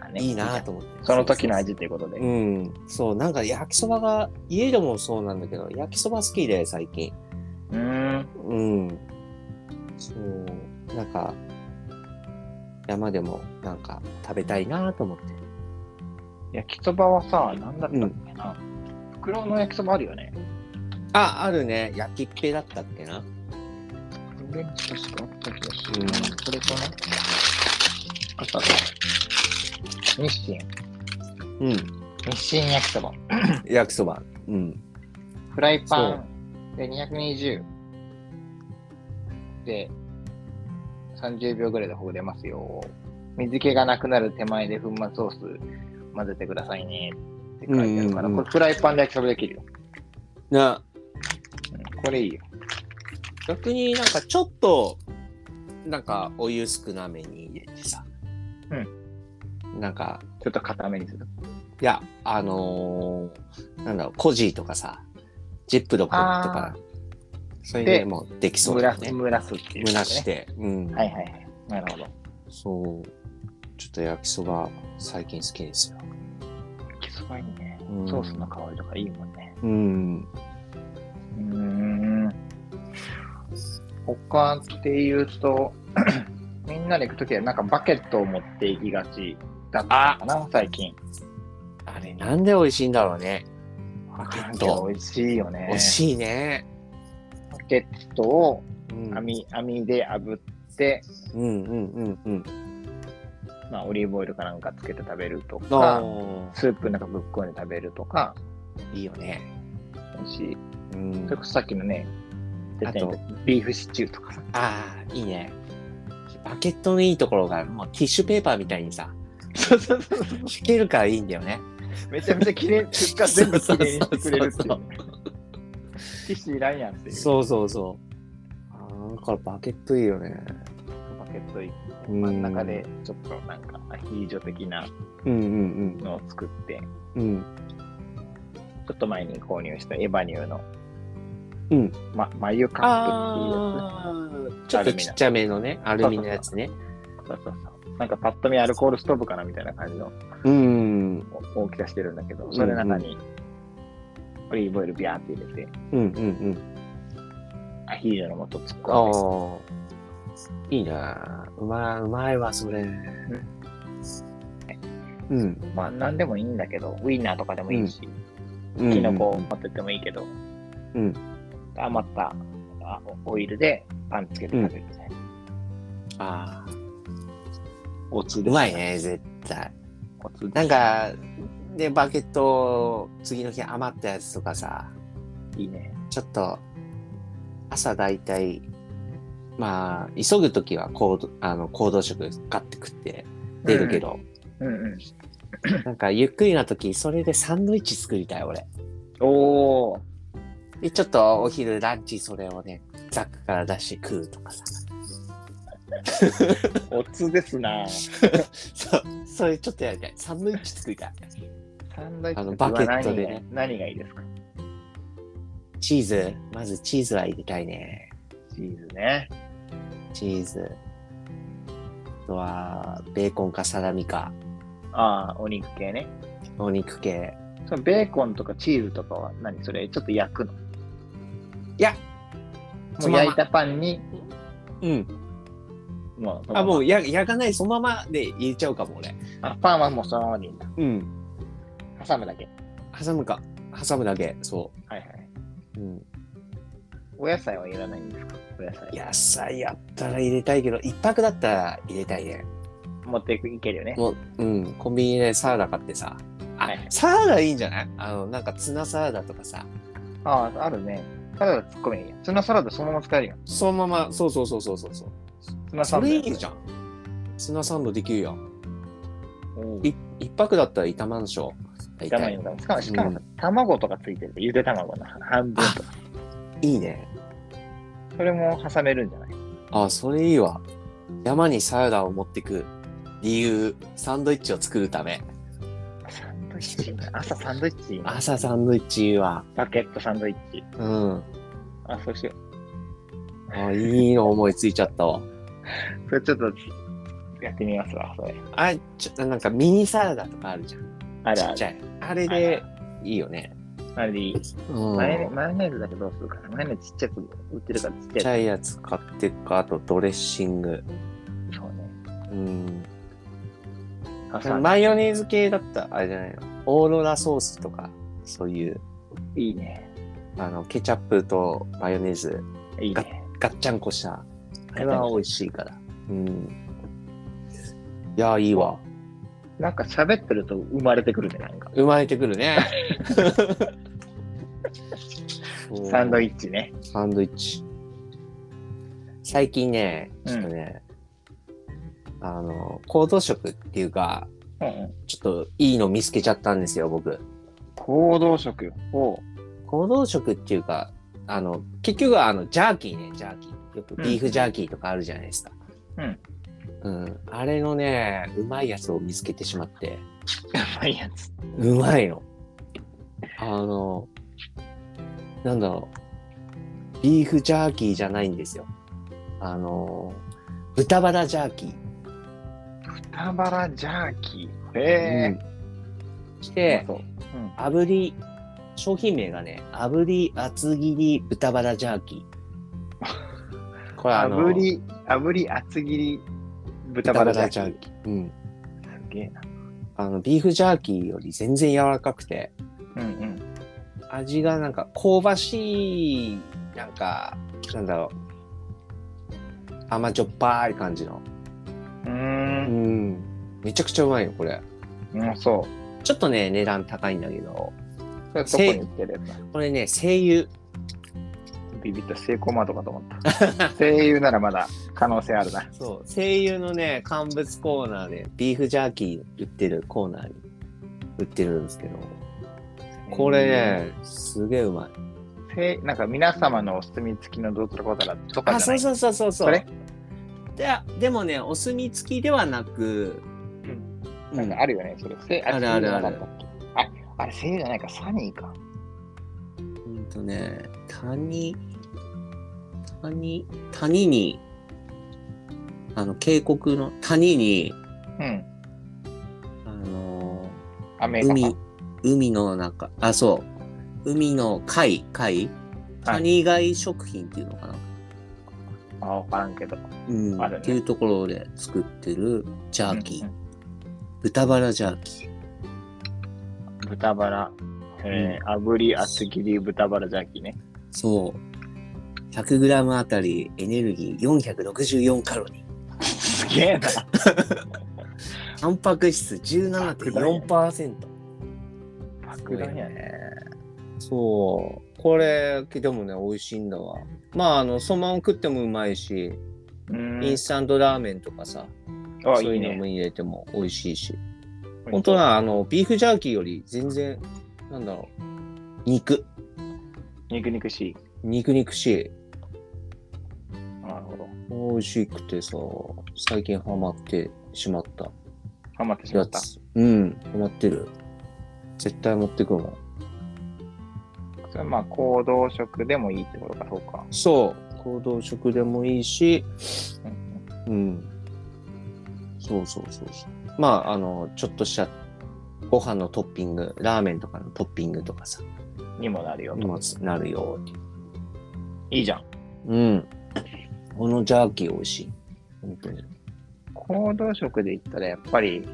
あね
いいなと思って。
その時の味ということで。
うん。そう、なんか焼きそばが、家でもそうなんだけど、焼きそば好きで、最近。
うーん。
うん。そう、なんか、山でもなんか食べたいなと思って。
焼きそばはさ、なんだったっけな。袋の焼きそばあるよね。
あ、あるね。焼きっぺだったっけな。
オレンジ確かあった気がす
うん
る。それかな。あったあった日清。
うん。
日清焼きそば。
焼きそば。うん。
フライパンで220で30秒ぐらいでほぐれますよ。水気がなくなる手前で粉末ソース混ぜてくださいねって書いてあるから、
うんうんうん
これフライパンで焼きそばできるよ。
な、
うんこれいいよ。
逆になんかちょっと、なんかお湯少なめに入れてさ。うん。なんか、
ちょっと固めにする。
いや、あのーなんだろう、コジーとかさ、ジップロックとか、それで
で
もうできそう
蒸
だ
ら
よ
す、
ね。
蒸らすっていう、
蒸らし。て。うん。
はいはいはい。なるほど。
そう。ちょっと焼きそば、最近好きですよ。
焼きそばいいね。
うん
ソースの香りとかいいもんね。
うん。
うーん。他っていうと、みんなで行くときはなんかバケットを持って行きがちだったかな、最近。
あれ、なんで美味しいんだろうね。
バ
ケット
美味しいよね
美。味しいね。
バケットを
うん。
網網で炙って、
うんうんうんうん。
まあ、オリーブオイルかなんかつけて食べると
あ
か、スープなんかぶっこんで食べるとか、
ーいいよね。
美味しい。
うん
それこそさっきのね、出
あ
て
と
ビーフシチューとかさ。
ああ、いいね。バケットのいいところが、もうティッシュペーパーみたいにさ、
そうそうそう。
引けるからいいんだよね。
めちゃめちゃ綺麗、出荷全部綺麗にしてくれ
そ
るってい
うそうそう
う。騎士いらんやんっていう。
そうそうそう。ああ、だからバケットいいよね。
バケットい
うん
真ん中でちょっとなんかアヒージョ的な
うんうん
のを作って、
うん。うん。
ちょっと前に購入したエバニューの、
うん。
ま、眉カッ
ああ、ちょっとちっちゃめのね、アルミのやつね。
プっていうやつ。そうそうそう。なんかパッと見アルコールストーブかなみたいな感じの
うん。
大きさしてるんだけど、それの中にオリーブオイルビャーって入れて、
うんうんうん。
アヒージョの素突っ
あ
込んで、
あ。いいなあうまい、うまいわ、それ。うん。
まあなんでもいいんだけど、ウインナーとかでもいいし、
うん
キノコを持ってってもいいけど、
うん。
余ったあオイルでパンつけて食べるみたいな。
ああ。
おつ
うまいね、絶対。
おつ
なんか、で、バケット、次の日余ったやつとかさ、
いいね。
ちょっと、朝だいたい、まあ、急ぐときは行動、あの、行動食ガッて食って出るけど、
うんうん。
なんかゆっくりなとき、それでサンドイッチ作りたい、俺。
おー、
で、ちょっとお昼ランチそれをね、ザックから出して食うとかさ。
おつですな。
そう、それちょっとやりたい。サンドイッチ作りたい。
サンドイッチ
あのバケットでね
は何が何がいいですか
チーズ、まずチーズは入れたいね。
チーズね。
チーズ。あとは、ベーコンかサラミか、
ああ、お肉系ね。
お肉系。
そのベーコンとかチーズとかは何それちょっと焼くの
いや、
もう焼いたパンに、
うん。
もう、
あ、も
う。
うや焼かない、そのままで入れちゃうかも、俺。
あ、パンはもうそのままでいいんだ。
うん。
挟むだけ。
挟むか。挟むだけ。そ
はいはい。
う。うん。
お野菜はいらないんですかお野菜。
野菜やったら入れたいけど、一泊だったら入れたいね。
持っていくいけるよね。
もう、うん、コンビニでサラダ買ってさ。あ
はい、
サラダいいんじゃないあの、なんかツナサラダとかさ。
ああ、あるね。サラダ突っ込みいいや。ツナサラダそのまま使えるよ。
そのまま、そうそうそうそうそうそう。
ツナサ
そ
ラダ。
れいいじゃん。ツナサンドできるよ。
おう
い一泊だったら炒まんでしょ。大
いらない
体
よしかも、しかもさ、卵とかついてる。ゆで卵の半分とか。
いいね。
それも挟めるんじゃない
あ、それいいわ。山にサラダを持ってく理由、サンドイッチを作るため。
サンドイッチ。朝サンドイッチ。
朝サンドイッチいいわ。
バケットサンドイッチ。
うん。
あ、そうしよ
あ、いいの思いついちゃったわ。
う。それちょっと、やってみますわ。それ。
あ、ちょ、なんかミニサラダとかあるじゃん。
ある
ち
あ
っち
る。
ゃい。あれでいいよね。
あれでいい。
うん。
マヨネ
ち
マヨネーズだけどどうするかなマヨネーズちっちゃく売ってるからちっ
っ
ち
ち
ゃい。
ゃいやつ買ってくか、あとドレッシング。
そうね。
うん。
朝
マヨネーズ系だったら、あれじゃないの。オーロラソースとか、そういう、
いいね。
あの、ケチャップとマヨネーズ、
いいね。
ガッチャンコした。あれは美味しいから。うん。いや、いいわ。
なんか喋ってると生まれてくるね、なんか。
生まれてくる ね。そう
サンドイッチね。
サンドイッチ。最近ね、
うん
ちょっとね、あの、行動食っていうか、
うんうん、
ちょっといいの見つけちゃったんですよ、僕。
行動食 を。
行動食っていうか、あの、結局はあの、ジャーキーね、ジャーキー。よくビーフジャーキーとかあるじゃないですか。
うん。
うん。あれのね、うまいやつを見つけてしまって、
やばいやつ。
うまいの。あの、なんだろう。ビーフジャーキーじゃないんですよ。あの、豚バラジャーキー。
豚バラジャーキー。へえ。
うんして、
うまそううん
炙り、商品名がね、炙り厚切り豚バラジャーキー。 これあの、
炙り、炙り厚切り
豚
豚バ
バ
ラ
ラ
ジ
ジ
ャ
ャ
ー
ー
キ
キ
ー。
ー。うん。
すげえな。
あの、ビーフジャーキーより全然柔らかくて、
うんうん。
味がなんか香ばしい、なんか、なんだろう。甘じょっぱい感じの。
う
う
ーん。
ん。めちゃくちゃうまいよ、これ。
うまそう。
ちょっとね、値段高いんだけど、
それどこに売ってるやつなの
これね、声優。
ビビった、セイコーマートかと 思った。声優ならまだ可能性あるな。
そう、声優のね、乾物コーナーで、ビーフジャーキー売ってるコーナーに売ってるんですけど、これね、すげえうまい。
せいなんか皆様のお墨付きのどうとかこうたらとか
あ、
じゃな
そうそう
い
そうそうそう。
それ
いや、でもね、お墨付きではなく、う
なん
ん
かあるよね、それ。せい
あるあるある
せいじゃなかったっけあ、あれ、せいじゃないか、サニーか。
うんとね、谷、谷、谷に、あの、渓谷の谷に、
うん。
あの
アメ
ー
リカか。
海、海の中、あ、そう、海の貝、貝谷貝食品っていうのかな、
あ、わからんけど。
うん、
あるね
っていうところで作ってるジャーキー、
うん
豚バラジャーキー。
豚バラ。えー、炙り厚切り豚バラジャーキーね。
そう。100g あたりエネルギー464カロリー。
すげえな。
タンパク質17.4%。
爆弾やね。
そう。これ、でもね、美味しいんだわ。まあ、あの、そのまま食ってもうまいし、
う
イ
ーん
ン。スタントラーメンとかさ、
あ、
そ
いう
い
い
うの
ね
も。入れても美味しいし。本当な、あの、ビーフジャーキーより全然、なんだろう、肉。
肉肉しい。
肉肉しい。
なるほど。
美味しくてさ、最近ハマってしまった
ハマってしま
や
った。
つ。うん、ハマってる。絶対持ってくもん。
それはまあ、行動食でもいいってことか、そうか。
そう、行動食でもいいし、うん。そうそうそうそう。まあ、あの、ちょっとしたご飯のトッピング、ラーメンとかのトッピングとかさ、
にもなるよと。
もうなるよっていう。
いいじゃん。
うん。このジャーキー美味しい。本当に。
行動食で言ったらやっぱり、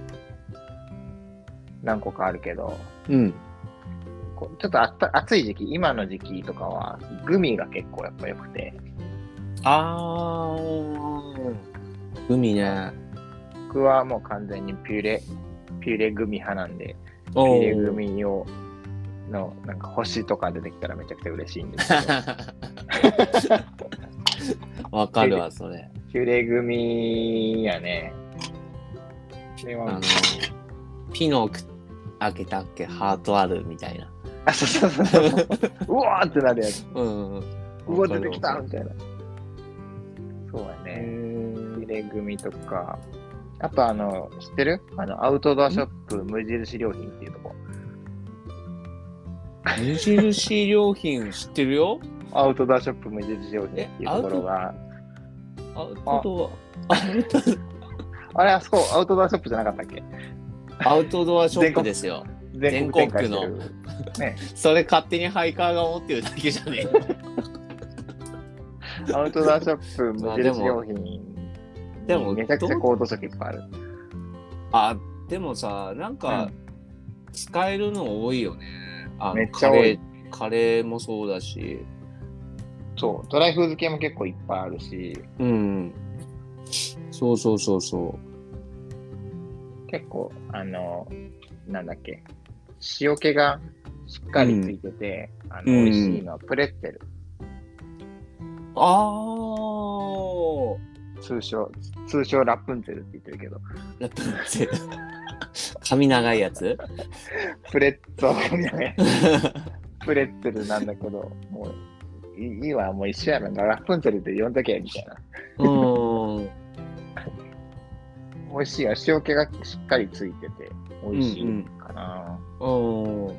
何個かあるけど、
うん。
こうちょっとあった暑い時期、今の時期とかは、グミが結構やっぱ良くて、
あー。海ね。
僕はもう完全にピューレ、ピューレグミ派なんで、ピ
お
ューレグ
ー。
ミを、の、なんか星とか出てきたらめちゃくちゃ嬉しいんですけど、
わかるわ、それ。
ピューレグミやね。これ
あの
は、、
ピノく開けたっけハートあるみたいな。
あ、そうそうそうそう。 うわーってなるやつ。
うんうん。
うわ、
わか
出
る
てきた
わかる
みたいな。そうやね。
へ
入れ組とか、あとあの、知ってるあの、アウトドアショップ無印良品っていうとこ。
ー無印良品知ってるよ
アウトドアショップ無印良品っていうところが、
アウトドア。アウト
あれ、あそこアウトドアショップじゃなかったっけ
アウトドアショップですよ。
全国展開してる。
それ勝手にハイカーが思ってるだけじゃね
アウトドアショップ無印良品
あ。でも
めちゃくちゃ高等色いっぱいある。
え。あ、でもさ、なんか、使えるの多いよね。あの
めっち
カ
ゃ多
レ
い
ー、カレーもそうだし。
そう、ドライフーズ系も結構いっぱいあるし、
うん。そうそうそうそ
結構、あの、なんだっけ、塩気がしっかりついてて、あの
うん
美味しいのはプレッツェル、
う。あ
通称、通称ラプンツェルって言ってるけど、
あ。ラプンツェル。髪長いやつ
プレッツェルみたいなね。プレッツェルなんだけど、もう、いいいわ、もう一緒やろ、ラプンツェルって呼んだけ、みたいな。
うん。
美味しいよ、塩気がしっかりついてて、美味しいかな。
うん。う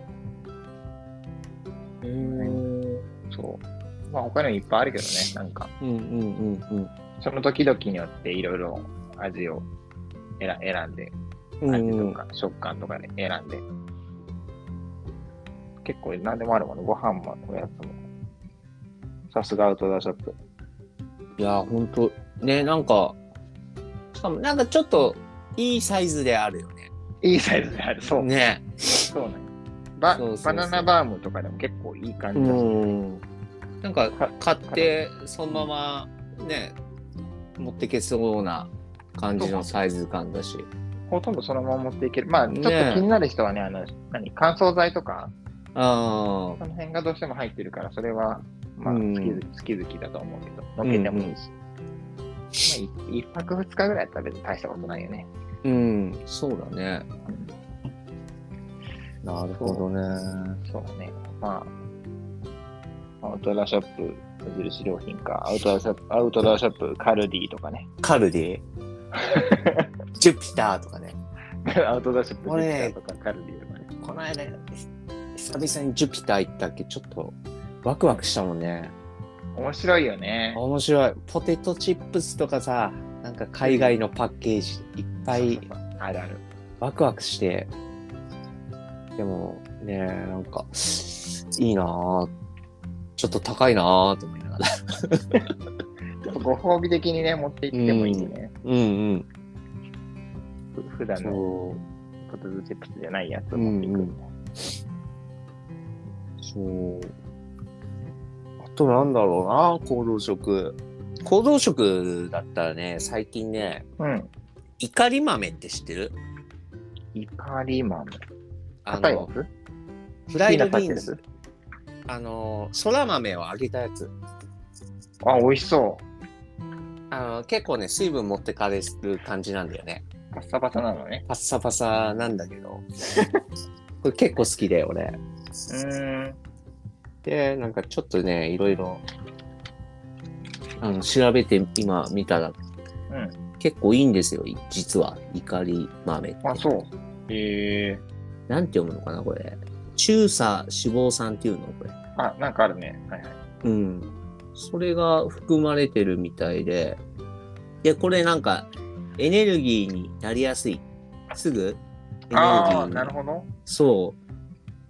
そう。まあ、他にもいっぱいあるけどね、なんか、
んうんうんうん。
その時々によっていろいろ味を選選んで、味とか食感とかで選んで。結構何でもあるもんね、ご飯もおやつも。さすがアウトドアショップ。
いや、ほんと、ね、なんか、しかも、なんかちょっと、いいサイズであるよね。
いいサイズである、そう。
ね。
そうなんよバ
そうそうそう
バナナバームとかでも結構いい感じだし、
ん。なんか
か、
買って、そのまま、ね、持ってけそうな感じのサイズ感だし。
ほとんどそのまま持っていける。まあ、ちょ
ね
っと気になる人はね、あの、何、乾燥剤とか、
ああ。
その辺がどうしても入ってるから、それは、まあ、
う
好
ん
き好き好きだと思うけど、のけてもいいし。まあ、い一泊二日ぐらいやったら別に大したことないよね。
うん、そうだね。なるほどね。
そうだね。まあ、アウトドアショップ、無印良品か、アウトドアショップ、アウトドアショップ、カルディとかね。
カルディ ジュピターとかね。
アウトドアショップ、
これ
ジュピターとかカルディとかね。
この間、久々にジュピター行ったっけちょっと、ワクワクしたもんね。
面白いよね。
面白い。ポテトチップスとかさ、なんか海外のパッケージいっぱい
そうそうそう。あるある。
ワクワクして、でもね、なんか、いいなぁ。ちょっと高いなぁと思いながら。
ちょっとご褒美的にね、持って行ってもいいね。
うんうん。
ふ普段
そ
の
う。
ポテトチップスじゃないやつを持っていくみたいな。
そう。あとなんだろうな、行動食。行動食だったらね、最近ね、
うん。
イカリ豆って知ってる
イカリマム。
あ
硬いや
の
つ、
フライド
ピーナッツ
ビー
入って
ン
る
ズ。あの、そら豆を揚げたやつ。
あ、美味しそう。
あの、結構ね、水分持ってかれる感じなんだよね。
パッサパサなのね。
パッサパサなんだけ ど。これ結構好きだよ、俺。
うーん。
で、なんかちょっとね、いろいろ、あの、調べて今見たら、結構いいんですよ、い実は。怒り豆って。
あ、そう。へえ。
なんて読むのかな、これ。中鎖脂肪酸っていうのこれ。
あ、なんかあるね。はいはい。
うん。それが含まれてるみたいで、で、これなんか、エネルギーになりやすい。すぐエネルギ
ああ、
ーに
なるほど。
そ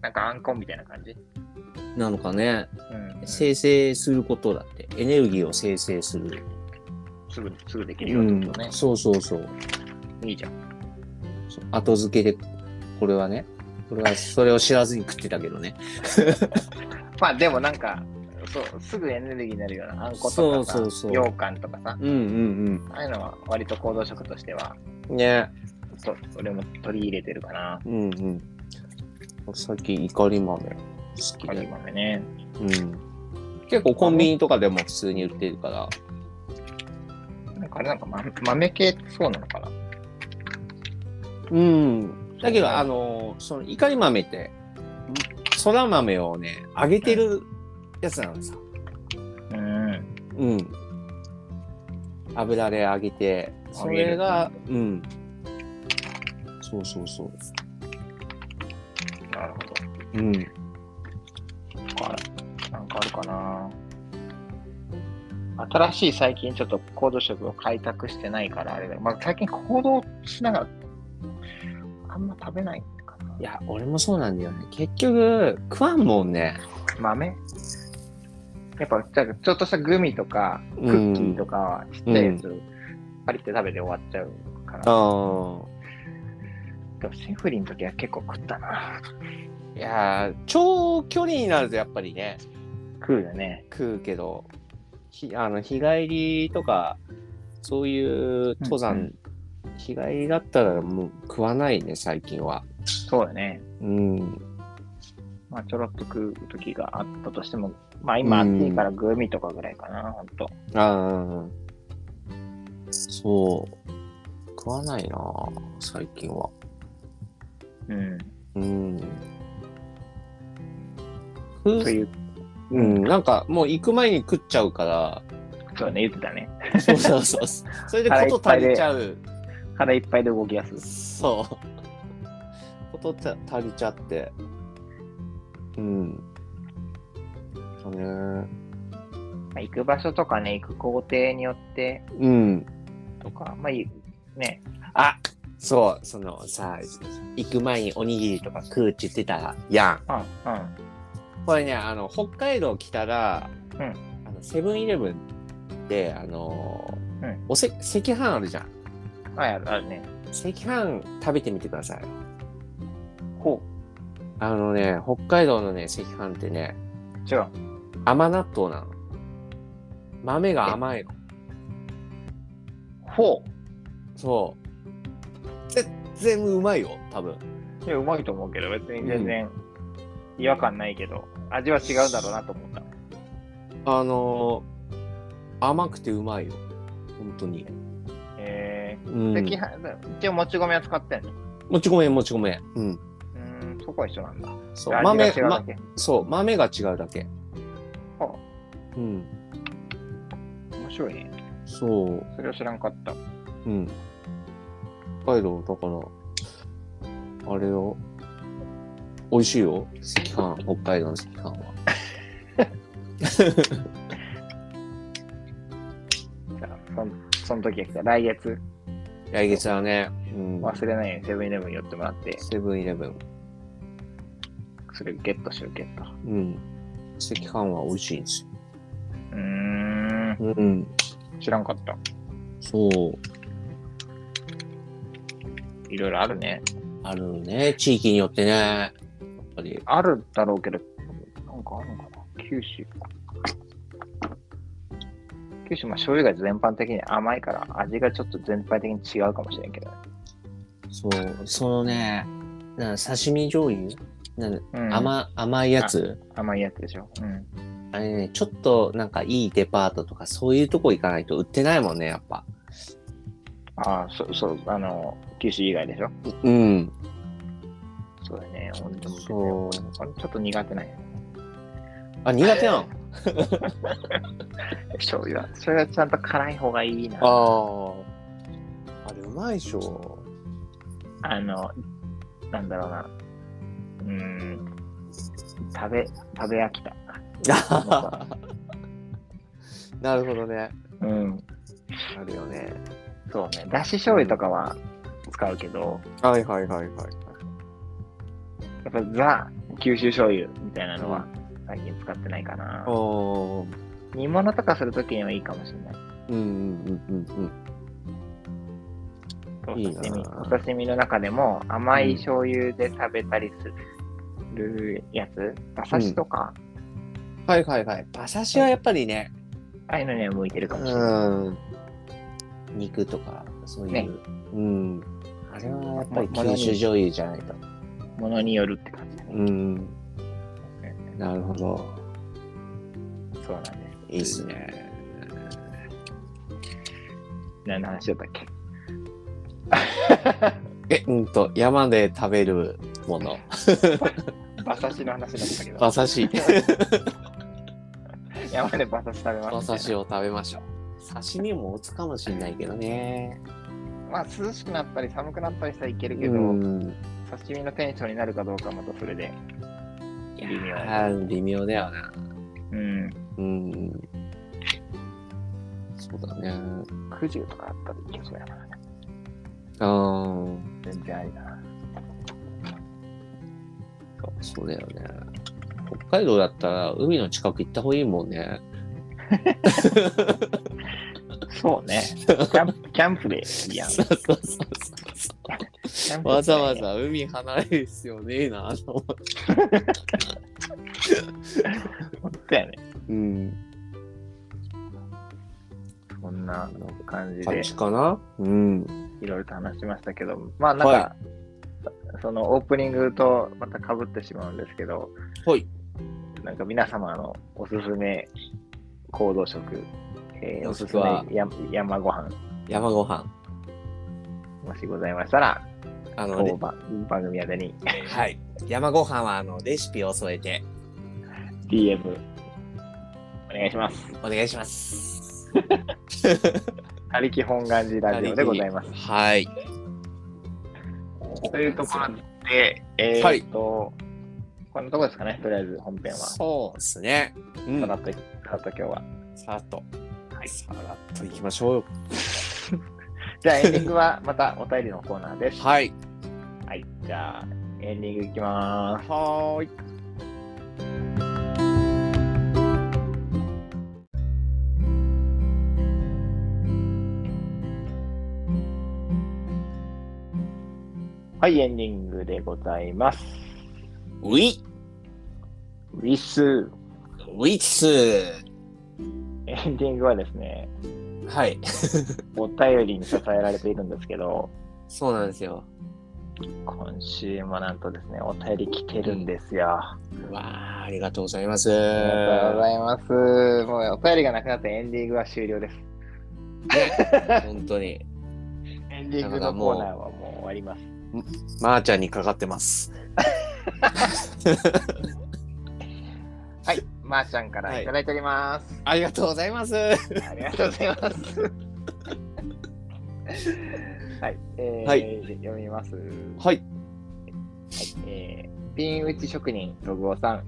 なんかあんこみたいな感じ。
う、なのかね。
うん。す
生成することだって。エネルギーを生成する。
ぐ、すぐできるようにね。
そうそうそう。
いいじゃん。
そう後付けでこれはね。これはそれを知らずに食ってたけどね。
まあでもなんか、そうすぐエネルギーになるようなあんことかさ、
そうそうそう
羊羹とかさ、
うんうん
ああいうのは割と行動食としては、
うん。ね。
そ俺も取り入れてるかな。
うんうん。さっき怒り豆好き
カ
だ
リ
よ。
豆ね。
うん。結構コンビニとかでも普通に売ってるから。
なんかあれなんか、ま、豆系ってそうなのかな
うん。だけど、あの、その、いかり豆って、そら豆をね、揚げてるやつなのさ。
うん。
うん。油で揚げて、それが、うん。そうそうそう。
なるほど。
うん。
なんかあるかな新しい最近ちょっと行動食を開拓してないからあれだけど、まあ、最近行動しながらあんま食べないかない
や、俺もそうなんだよね。結局、食わんもんね。
豆やっぱだからちょっとしたグミとかクッキーとかはちっちゃいやつ、パリって食べて終わっちゃうから、
あ
でもセフリの時は結構食ったな
あ。いやー、長距離になるとやっぱりね、
食うよね
食うけど、ひあの日帰りとか、そういう登山、
うんう
日帰りだったらもう食わないね、最近は。
そうだね
うん。
まあちょろっと食う時があったとしてもまあ今暑いからグミとかぐらいかな、ほんと
ああ。そう。食わないな、最近は。
うん
うん。
という
うん、なんかもう行く前に食っちゃうから、
そうね言ってたね
そうそうそう。それでこと足りちゃう。
腹いっぱいで動きやすい。
そう。ことた足りちゃって。うん。だね。
まあ行く場所とかね、行く工程によって
うん。
とか、まあい、ね、
あそう、そのさ、行く前におにぎりとか食うって言ってたやん。
うん、
これね、あの、北海道来たら、
うん
あのセブンイレブンで、あのー
うん
おせ、赤飯あるじゃん。
うん。あ、あるあるね。
赤飯食べてみてください。
ほ
あのね、北海道のね、赤飯ってね、
う、違う。
甘納豆なの。豆が甘いの。
ほ
そう。全然うまいよ、多分。
う。いや、うまいと思うけど、別に全然違和感ないけど、味は違うだろうなと思った。
あのー甘くてうまいよ。本当に。
え
う
ー、
ん。
赤飯、一応もち米は使ってんのう
もち米、もち米。うん。
ーん、そこは一緒なんだ。
そう、
味が
豆、
違うだ
ま、
け。
そう、豆が違うだけ。
あ
うん。
面白いね。
そう。
それを知らんかった。
うん。北海道、だから、あれよ。美味しいよ。赤飯、北海道の赤飯は。
じゃあ、そんその時が来た来月、
来月はね、うん、
忘れないようにセブンイレブン寄ってもらって、
セブンイレブン。
それゲットしよう、ゲット。
うん。赤飯は美味しいんですよ。
うーん、
うん。
知らんかった。
そう。
いろいろあるね。
あるね。地域によってね。やっぱり。
あるだろうけど、なんかあるのかな九州。九州、まあ、醤油が全般的に甘いから、味がちょっと全般的に違うかもしれんけど。
そう。そのね、な刺身醤油なん
うん、
甘甘いやつ
甘いやつでしょ。うん。
あれね、ちょっとなんかいいデパートとかそういうとこ行かないと売ってないもんね、やっぱ。
ああ、そう、そう、あの、九州以外でしょ。
うん。
そうだね。ほんと
そう
俺ちょっと苦手なんや。
あ、苦手なの
醤油は、醤油はちゃんと辛い方がいいな。あ
ああ。あれ、うまいでし ょ。
の、なんだろうな。うーん。食べ、食べ飽 きた。
なるほどね。
うん。
あるよね。
そうね。だし醤油とかは使うけど、
はいはいはいはい。
やっぱザ九州醤油みたいなのは最近使ってないかな。
おー。
煮物とかするときにはいいかもしれない。
うんうんうんうんうん。
お
いい
刺身
な
お刺身の中でも甘い醤油で食べたりするやつ、馬刺しとか、
はいはいはい。馬刺しはやっぱりね、
ああいうのには向いてるかもしれない。
うん。肉とか、そういう。
ね
うん。あれはやっぱり九州醤油じゃないと。
ものによるって感じだね。
うん。なるほど。
そうなんです。
いいっすね。
何の話だったっけ
え、うんと、山で食べるもの。
馬刺しの話だったけど
馬、刺し。
山で馬刺し食べました、
馬刺しを食べましょう。刺身もおつかもしれないけどね。
まあ涼しくなったり寒くなったりしたらいけるけ
う
ど、
ん。
刺身のテンションになるかどうかはまたそれで微妙。
あー微妙だよな。
うん。
うん。そうだね。
九十とかあったらいけそうやな。
うん。
全然ありだな。
そうだよね。北海道だったら海の近く行った方がいいもんね。
そうね。 キャンプキャンプでいいやん。キ
そうそうそう
ャン プ
わざわざ海離れる必要ねえなと思って。
本当やね。
うん。
こんな感じ
感
で
じかなうん。
いろいろと話しましたけど、まあなんか、
は
そのオープニングとまた被ってしまうんですけど、
はい。
なんか皆様のおすすめ行動食、えーお
も
す
し
す
くは
めや山ご飯
山ご飯。
もしございましたら、
あの、
当
ね、
番番組宛てに
はい。山ご飯はあのレシピを添えて
DM お願いします。
お願いします。
他力本願寺ラジオでございます。
はい。
というところで、え
は
ー、
い
っと、このところですかね、とりあえず本編は。さ
そうですね。うん
らっと、さらっと今日は。
さらっと。はい。さらっといきましょうよ。
じゃあエンディングはまたお便りのコーナーです。
はい。
はい、じゃあエンディングいきまーす。
はーい。
はい、エンディングでございます。
ウィ
ウィス。
ウィッス
エンディングはですね、
はい。
お便りに支えられているんですけど、
そうなんですよ。
今週もなんとですね、お便り来てるんですよ。
わあ、ありがとうございます。
ありがとうございます。もうお便りがなくなってエンディングは終了です。
本当に。
エンディングのコーナーはもう終わります。
まー、ちゃんにかかってます。
はい、まー、ちゃんからいただいております。
ありがとうございます。
ありがとうござい ます。はい、えー
はい
読みます。は
は
い
い。
えーピン打ち職人、ログオ さん。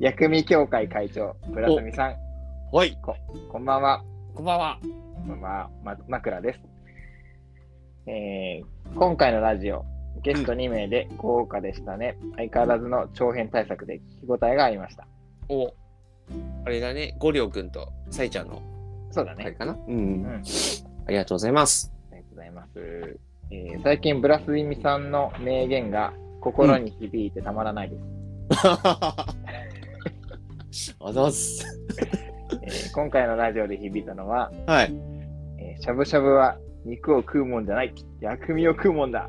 薬味協会会長、村上さん。
はい。
こんばんは。
こんばんは。
こんばんは。ま、枕です。えー今回のラジオ、ゲスト2名で豪華でしたね。相変わらずの長編対策で聞き応えがありました。
お、あれだね。ゴリョウくんとサイちゃんの、
そうだね。
あれかな。う。
うんん
ありがとうございます。
ありがとうございます。えー最近、ブラスミミさんの名言が心に響いてたまらないです。
あざっす。
えー今回のラジオで響いたのは、
はい。
えーしゃぶしゃぶは肉を食うもんじゃない、薬味を食うもんだ。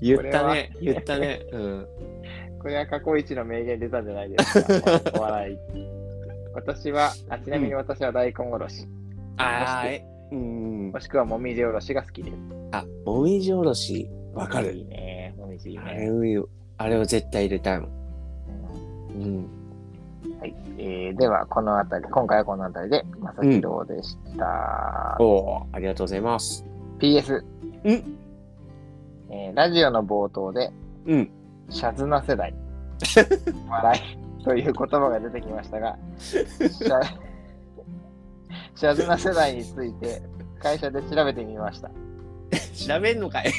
言ったね。言ったね。うん。
これは過去一の名言出たんじゃないです か。お笑い。私はあ、ちなみに私は大根おろし、
あーえ。うん
も。しくはもみじおろしが好きです。
あ、もみじおろし。わか
い
る。
いね。もみじいい
あれ
ね。
を、あれを絶対入れたいもん。うん。
はい。えーでは、このあたり、今回はこのあたりで、まさきろうでした。
おーありがとうございます。
PS、
ん
えーラジオの冒頭で、
うん。
シャズナ世 代、笑いという言葉が出てきましたが、 シャシャズナ世代について会社で調べてみました。
調べんのかい
はい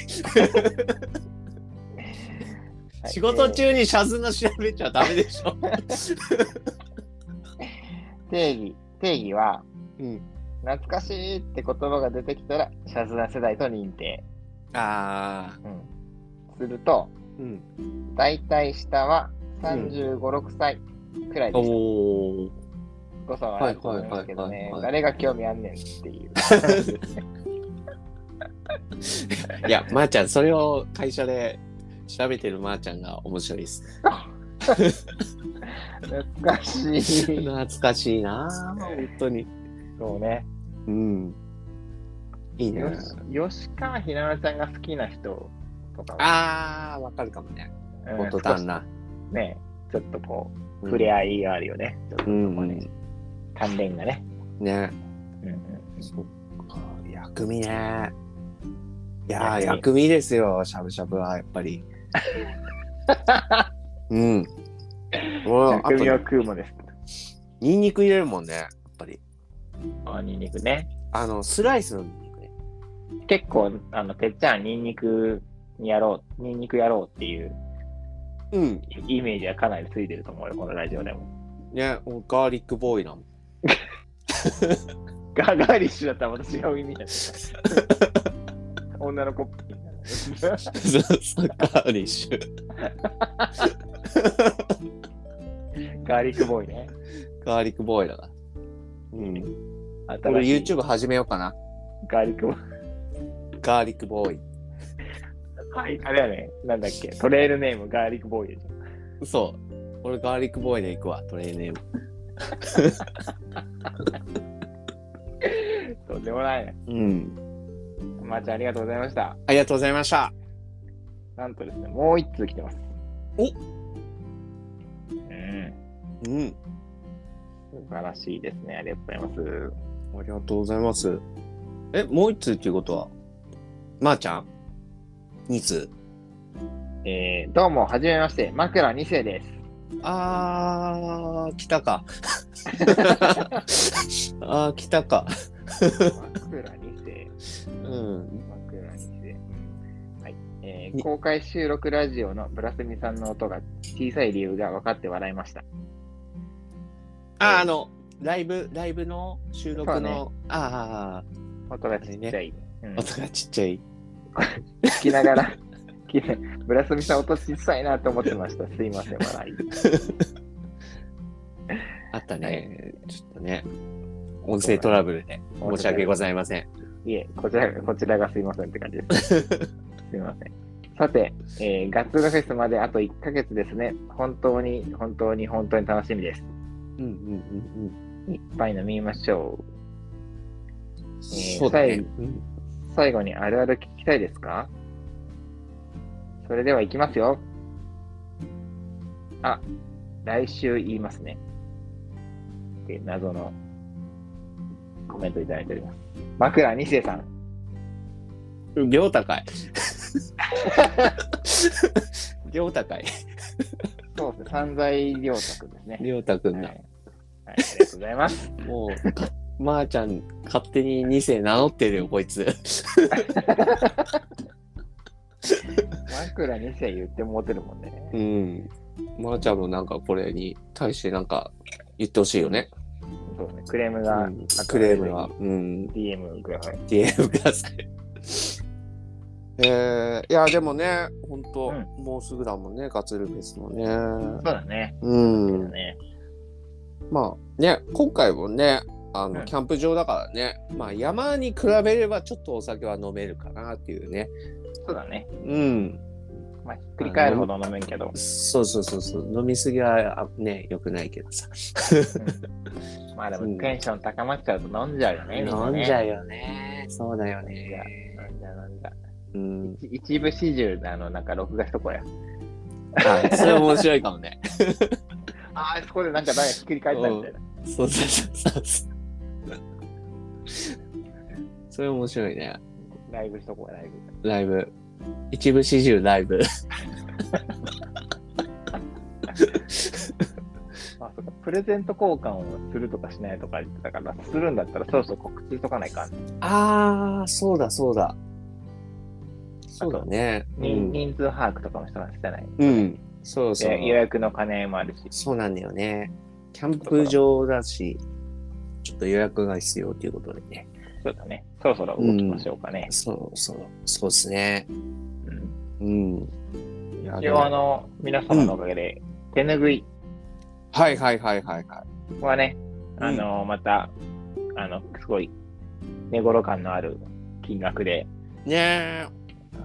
仕事、中にシャズナ調べちゃダメでしょ。
えー定義定義は、
うん。
懐かしいって言葉が出てきたら、シャズナ世代と認定。
ああ。
うん、すると、
うん。
大体下は35、6歳くらいで
お
した。
お。
誤差はあると思いますけど
はいはいはいは
ね
いは。い
誰が興味あんねんっていう。
いや、まー、ちゃん、それを会社で調べてるまーちゃんが面白いです。
懐かしい。そ
懐かしいなあ本当に。
うね。
うん。いいね。
よし吉川ひなのちゃんが好きな人とかは、
ああ、わかるかもね。
うん
元旦那。
少しね、ちょっとこう、触れ合いがあるよね。ちょっと
う
こ
ん、う
うんね、関連がね。
ね。
うんうん
そっか、薬味ね。いやー、
薬味
薬味ですよ、しゃぶしゃぶは、やっぱ り。うん。おあと
薬味を
ね、
食うもです。
ニンニク入れるもんね、やっぱり。
あ、ニンニクね。
あの、スライスのニンニクね。
結構、あの、てっちゃん、ニンニクにやろう、ニンニクやろうっていう
うん。
イメージはかなりついてると思うよ、このラジオでも。
ね、ガーリックボーイなもん。
ガガーリッシュだったら私が意味だった。 女の子っぽいな。
そうそうガーリッシュ。
ガーリックボーイね。
ガーリックボーイだな。うん。
新
俺
しい
YouTube 始めようかな。
ガーリックボーイ。
ガーリックボーイ。
はい、あれやね、なんだっけ、トレイルネームガーリックボーイでしょ。
そう。俺ガーリックボーイで行くわ、トレーネーム。
とんでもないね。
うん。
まー、ちゃん、ありがとうございました。
ありがとうございました。
なんとですね、もう一通来てます。
お
うん。
うん。
素晴らしいですね。ありがとうございます。
ありがとうございます。え、もう一通っていうことは、まー、ちゃん二通
えー、どうも、はじめまして、枕2世です。
あー、来た か。あー、来たか。
枕2世、
うん。
枕2世。はい。えー公開収録ラジオのブラスミさんの音が小さい理由が分かって笑いました。
あー、あの、ライブ、ライブの収録
そう
の、
ね
あ
音がちっちゃい。うん
ー、音がちっちゃい。
聞きながら、聞きなブラスミさん音小さいなと思ってました。すいません、笑い。
あったね。ちょっとね。音声トラブルで申し訳ございません。
いえ、こちら、こちらがすいませんって感じです。すいません。さて、えーガッツルフェスまであと1ヶ月ですね。本当に、本当に、本当に楽しみです。
うんうんうんうん。
いっぱい飲みましょう。
そうだね。うん
最後にあるある聞きたいですかそれでは行きますよ。あ、来週言いますね。で謎のコメントいただいております。枕二世さん。
秒高 い。秒高い。
そうですね。散財良太くんですね。
りょうたく
は
ん
い、
だ
はい。ありがとうございます。
もう、かまー、ちゃん、勝手に2世名乗ってるよ、こいつ。
枕二世言ってもうてるもんね。
うん。まー、ちゃんもなんかこれに対してなんか言ってほしいよね。
そうですね。クレーム
う
が、
ん、クレームは。。うん。
DM ください。
DM ください。えー、いや、でもね、ほんと、
う
もうすぐだもんね、ガツルフェスもね。
そうだね。
うん。
ね
まあね、今回もね、あ
う
の
ん
キャンプ場だからね、まあ山に比べればちょっとお酒は飲めるかなっていうね。
そうだね。
うん。
まあ、ひっくり返るほど飲めんけど。
そうそうそうそう。飲みすぎはあね、良くないけどさ。
まあでもテンション高まっちゃうと飲んじゃうよね。
飲んじゃ
う。
うよね。そうだよね。
飲んじゃう飲んじゃう
うん。
一一部始終、あの、なんか録画しとこうや。
あ、それ面白いかもね。
ああ、そこでなんか誰かひっくり返ったみたいな。
そうそうそうそう。それ面白いね。
ライブしとこうや、ライブ。
ライブ。一部始終ライブ。
あ、そうか。プレゼント交換をするとかしないとか言ってたから、するんだったらそろそろ告知しとかないかん。
ああ、そうだそうだ。そうだね。
人人数把握とかもしとかしてない。
うん。そうそう。
で予約の兼ね合いもあるし。
そうなんだよね。キャンプ場だし、ちょっと予約が必要ということでね。
そうだね。そろそろ動きましょうかね。
そうそう、そうですね。
うん
うん。いや
一応、あの、皆様のおかげで、手ぬぐい
はいはいはいはいはい。
はね、
うん
あの、また、あの、すごい、寝頃感のある金額で、
ね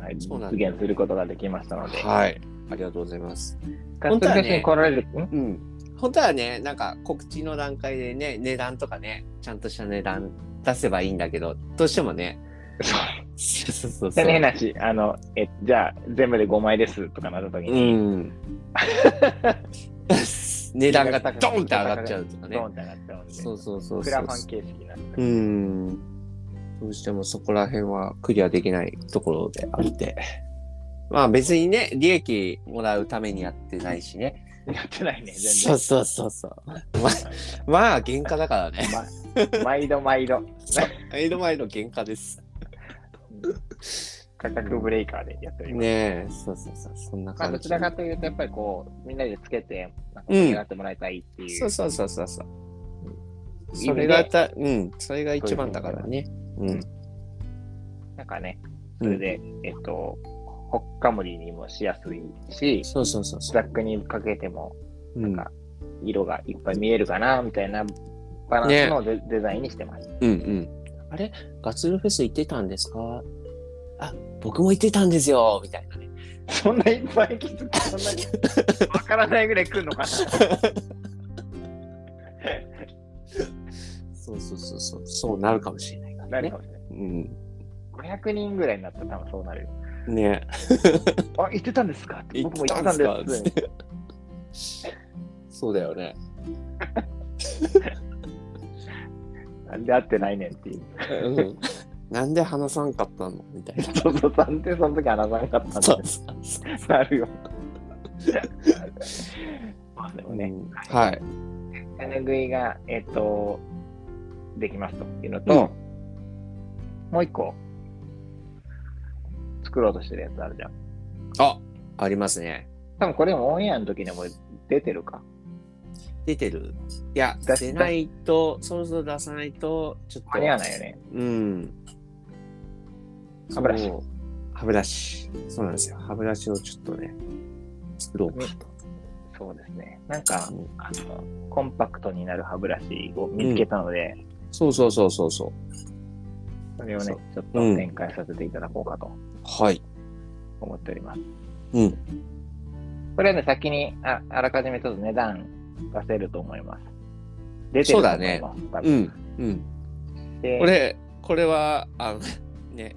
はい、
そうなん
実
だ
現することができましたので
え。、はい。ありがとうございます。
ガス
本当はね
ガスに来られる、ん
うん。本当はね、なんか告知の段階でね、値段とかね、ちゃんとした値段出せばいいんだけど、どうしてもね、そうそうそうそ
で
う。
ね、変な話、あの、え、じゃあ、全部で5枚ですとかなった時
う
に、
ん。値段がドンって上がっちゃうとかね
ド。ンって上がっちゃうんで、
そうそうそうそう。
クラファン形式になって、
うん。どうしてもそこら辺はクリアできないところであって。まあ別にね、利益もらうためにやってないしね。
やってないね、全
そうそうそうそう。まあ、まあ、原価だからね。
然。ま毎度毎度、
江戸前の原価です。
価格ブレイカーでやっております。
ねえ、そうそうそう。そんな
まあ、
感
ど
じ。
ちらかというと、やっぱりこう、みんなでつけて、なんか
うん
盛り上がってもらいたいっていう。
そうそうそうそうそう。
うん
それがた、うん、それが一番だからね。うん。
なんかね、それで、えっと、ほっかむりにもしやすいし、
そうそうそう
ス
そ
ラ
う。
ックにかけても、
うん
なんか、色がいっぱい見えるかな、みたいなバランスのデ,、デザインにしてます。
うんうん。あれガツルフェス行ってたんですかあ、僕も行ってたんですよみたいなね。
そんないっぱい来て、そんなに、わからないぐらい来るのかな。
そうそうそうそう。そうなるかもしれないから
なる
ね
か。もしれない。
うん。
500人ぐらいになったら多分そうなるよ。
ね
あ、行ってたんですかって僕も行ってたん
行ってたん
で
ですす。そうだよね。
なんで会ってないねんっていう。
うん。なんで話さんかったのみたいな。
そうそう、なんでその時話さなかったん
そ
だ
うそうそう
なる よ。まあでも
う
ね、
んはい。
手ぬぐいが、えっと、できますというのと、もう一個、作ろうとしてるやつあるじゃん。
あ、ありますね。
多分これもオンエアの時にはもう出てるか。
出てるいや、
出
出ないと、そろそろ出さないと、ちょっと。
間に合わないよね。
うん。
歯ブラシ
そう。歯ブラシ。そうなんですよ。歯ブラシをちょっとね、作ろうかと。
そうですね。なんか、あのコンパクトになる歯ブラシを見つけたので、
そうそうそうそうそ
それを
そ
ね
う、
ちょっと展開させていただこうかと
う。はい。
思っております。
うん。
これはね、先にああらかじめちょっと値段出せると思います。出てると
そう
思
だ
い
ね
ます。多
う
分
ん。うん。
で
これ、これは、あの、ね、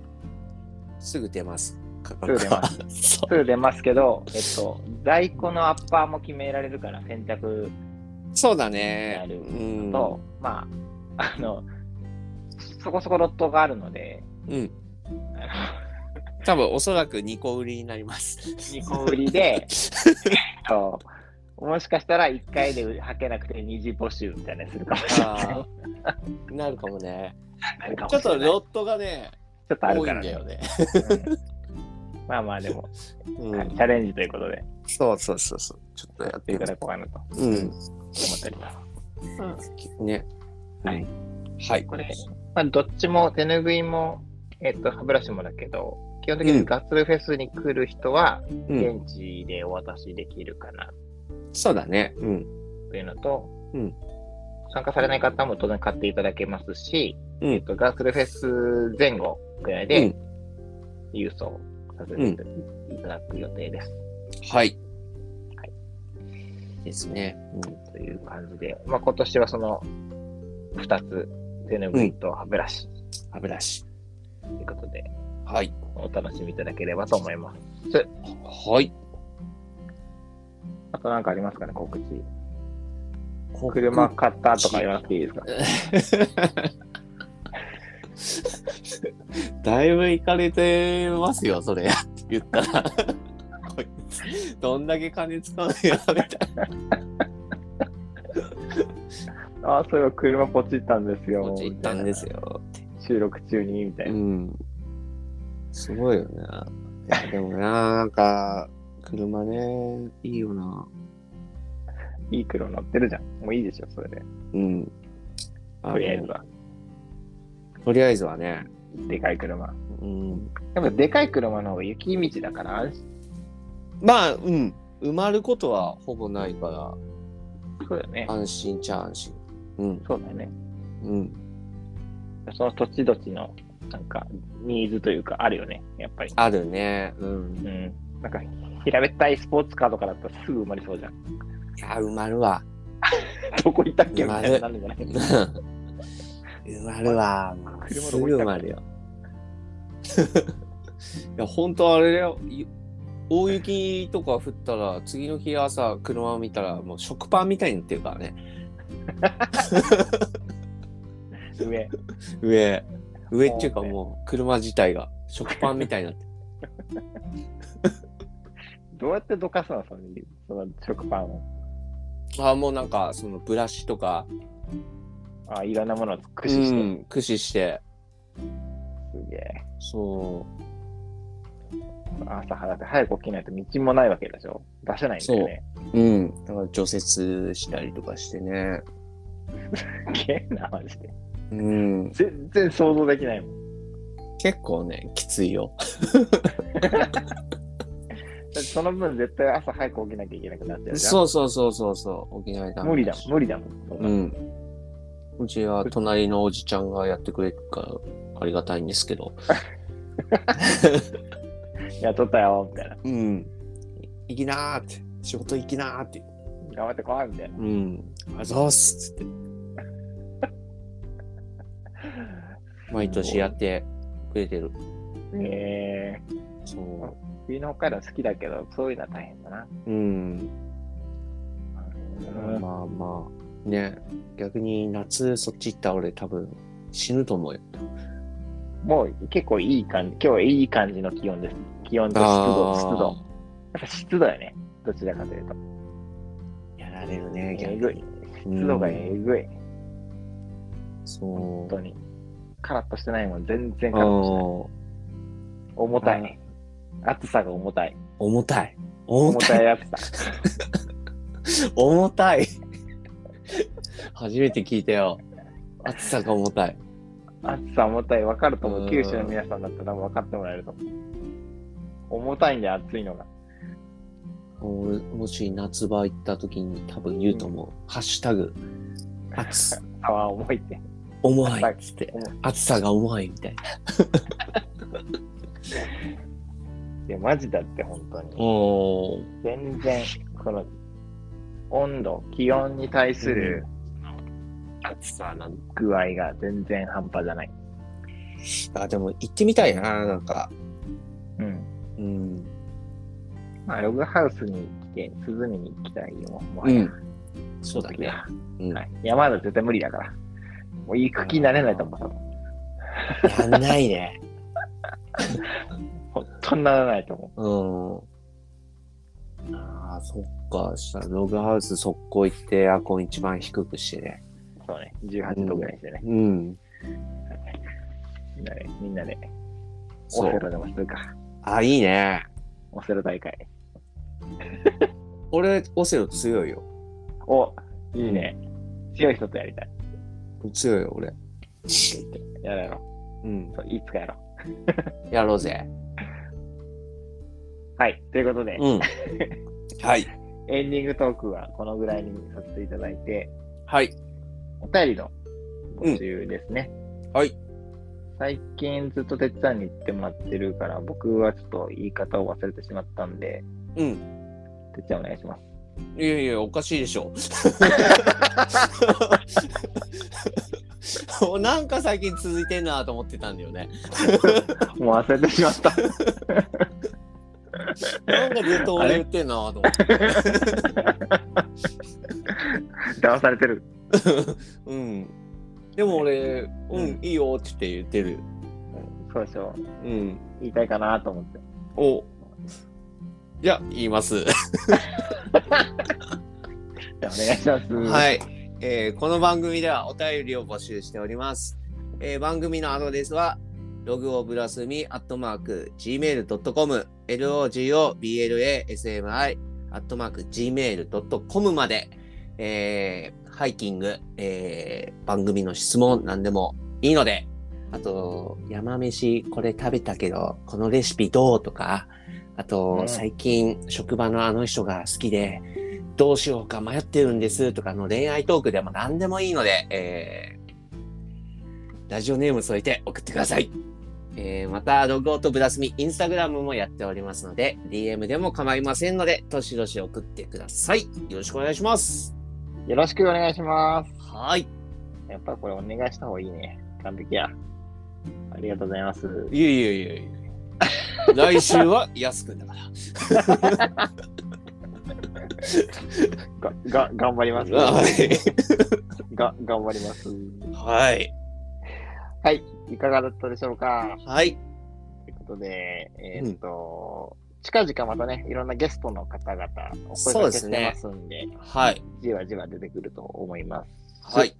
すぐ出ます。価格
すぐ出ま
ます。 そ
すぐ出ますけど、えっと、在庫のアッパーも決められるから、選択
うそうだね
な。る
うん。
と、まあ、あの、そこそこロットがあるので、
うん。
あ
多分、おそらく2個売りになります。
の2個売 りで、えっと、もしかしたら1回で履けなくて二次募集みたいなのするかもしれない。
あーなるかもね。
なるかも
ちょっ
しれな
と
い
ロットがね、
ちょっとある
多い
か
ん
ら
だよね。
うんまあまあでも、
う
はい
ん
チ。ャレンジということで、
そうそうそうそう。ちょっとや
や
っ
って
て
い
み
た
た
だこうかなと思
うん。
っております。
ね。
はい。
はい。
これ、まあ、どっちも手ぬぐいも、えっと、歯ブラシもだけど、基本的にガッツルフェスに来る人は、
うん。
現地でお渡しできるかな
そうだね。うん。
というのと、
うん
参加されない方も当然買っていただけますし、
うん
えっと、ガッツルフェス前後くらいで郵送させていただく予定です。
はい
は。
ですね。
という感じで、まあ、今年はその2つ、手ぬぐいと歯ブラシ
うん。歯ブラシ。
ということで、
はい。
お楽しみいただければと思います。
はい。
あと何かありますかね、告知。
こ
車。買ったとか言わなくていいですか
だいぶ行かれてますよ、それ。 言った ら。こいつどんだけ金使うのやみたいな。
ああ、そういえば車ポチったんですよ。
こっち行ったんですよ。
収録中に、みたいうな。
ん。すごいよね。いやでもな、なんか、車ね、いいよな。
いい車乗ってるじゃん。もういいでしょ、それで。
うん。あの
とりあえずは。
とりあえずはね。
でかい車。
うん、
でもでかい車の方が雪道だから安心
まあ、うん。埋まることはほぼないか
そうだよね
ら、。安心ちゃ安心。うん、
そうだよね。
うん。
その土地土地の、なんか、ニーズというか、あるよね、やっぱり。
あるね。う。
うんん。なんか、平べったいスポーツカーとかだったらすぐ埋まりそうじゃん。
いや、埋まるわ。
どこ行ったっけみたいになるんじゃ ない
埋まるわ。
車
す
どこ
ぐ
行った
埋まるよ。 いや、本当あれだよ。い大雪とか降ったら、次の日朝、車を見たら、もう食パンみたいになってるからね。上。
上。
上っていうか
もうね
もう、車自体が食パンみたいになって る。
どうやってどかすのそのその食パンを。
ああ、もうなんか、そのブラシとか、
あいろんなものを駆使
駆使
し。
してて、駆使して、
すげえ。
そ
朝早く早く起きないと道もないわけでしょ出せないんだよね。
う。うん。だから除雪したりとかしてね。
すげえな、マジで。
うん。
全然想像できないもん。
結構ね、きついよ。
だってその分絶対朝早く起きなきゃいけなくなっちゃうじゃん。
そうそうそうそうそう、沖縄だ
無理だもん、無理だもん。そんな
うん。うちは隣のおじちゃんがやってくれるからありがたいんですけど。
雇ったよ、みたいな。
うん。行きなーって。仕事行きなーって。
頑張ってこい、みたいな。
うん。あざーすっつって。毎年やってくれてる。
えー、
そ
冬の北海道好きだけど、そういうのは大変だな。
う。うん。
うん
まあまあ。ね。逆に夏そっち行ったら俺多分死ぬと思うよ。
もう結構いい感じ、今日いい感じの気温です。気温と湿度、湿度。やっぱ湿度やね。どちらかというと。
やられるね、
え
逆
ぐ
に
い。。湿度がえぐい。
そ
本
う。
当に。カラッとしてないもん、全然カ
あ
ラッとしてない。
ー
重た
はい
い。暑さが重たい。
重たい。
重
重たい。
たい暑さ。
重たい。 初めて聞いたよ。暑さが重たい。
暑さ重たい。分かると思
うん
う。九州の皆さんだったら多分分かってもらえると思う。重たいんだよ、暑いのが。
俺もし夏場行った時に多分言うと思う。ハッシュタ グ、暑、
差は重いって。
重いっつって
重い。
暑さが重いみたいな。
いや、マジだって、本当に。
お
全然、この、温度、気温に対する
暑さなんだ。
具合が全然半端じゃない。
あ、でも行ってみたいな、なんか。
うん。
うん。
まあ、ログハウスに来て、涼みに行きたいよ。もは
う
や
ん。そうだね。うん
はい、山だと絶対無理だから。もう行く気になれないと思う。
やんない ね。
本当にならないと思
うん。ああ、そっか。したらログハウス速攻行ってエアコン一番低くしてね。
う。そうね。18度ぐらいしてね。
うん。
みんなで、みんなで、オ
そ
セ
う。
ロでもするか。
あ、いいね。
オセロ大会。
俺、オセロ強いよ。
お、いいね。強い人とやりたい。
強いよ、俺。
やろうやろ
うん
う。。そういつかやろう。
やろうぜ。
はい。ということで、
うん。はい。
エンディングトークはこのぐらいにさせていただいて、
はい。
お便りの募集ですね。
はい。
最近ずっとてっちゃんに言ってもらってるから、僕はちょっと言い方を忘れてしまったんで、
うん。
てっちゃんお願いします。
いやいや、おかしいでしょ。 なんか最近続いてんなと思ってたんだよね。
もう忘れてし まった。
なんかずっと俺言ってんなと思って。
騙されてる。
うん。でも俺、うん、いいよって言って言ってる。
そうでしょ。
うん。
言いたいかなと思って。
お。じゃあ、言います。
じゃあお願いします。。
はいい、えーこの番組ではお便りを募集しております。えー番組のアドレスは、ログオブラスミアットマーク gmail.com、logoblasmi アットマーク gmail.com まで、えーハイキング、えー番組の質問、何でもいいので、あと、山飯これ食べたけど、このレシピどうとか、あと
う、ん
最近職場のあの人が好きで、どうしようか迷ってるんですとかの恋愛トークでも何でもいいので、えーラジオネーム添えて送ってください。えーまた、ログオートブラスミ、インスタグラムもやっておりますので、DM でも構いませんので、どしどし送ってください。よろしくお願いします。
よろしくお願いします。
はい。
やっぱりこれお願いした方がいいね。完璧や。ありがとうございます。
いやいやいやいや来週は安くんだから。
が、が、頑張ります。
は
が、頑張ります。
い。
はい。いかがだったでしょうか
はい。
ということで、えーっと、近々またね、いろんなゲストの方々、お声
そう
掛
で
け
す
し
ね
てますんで、
はい。
じわじわ出てくると思います。
はい。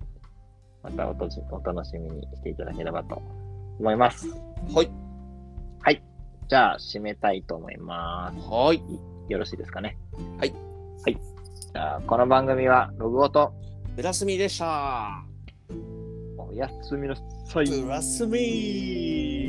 またおとじお楽しみにしていただければと思います。
はい。
はい。じゃあ、締めたいと思います。
はい。
よろしいですかね。
はい。
はい。じゃあ、この番組は、ログオと、
ブラスミでした。
おやすみなさい。
ブラスミ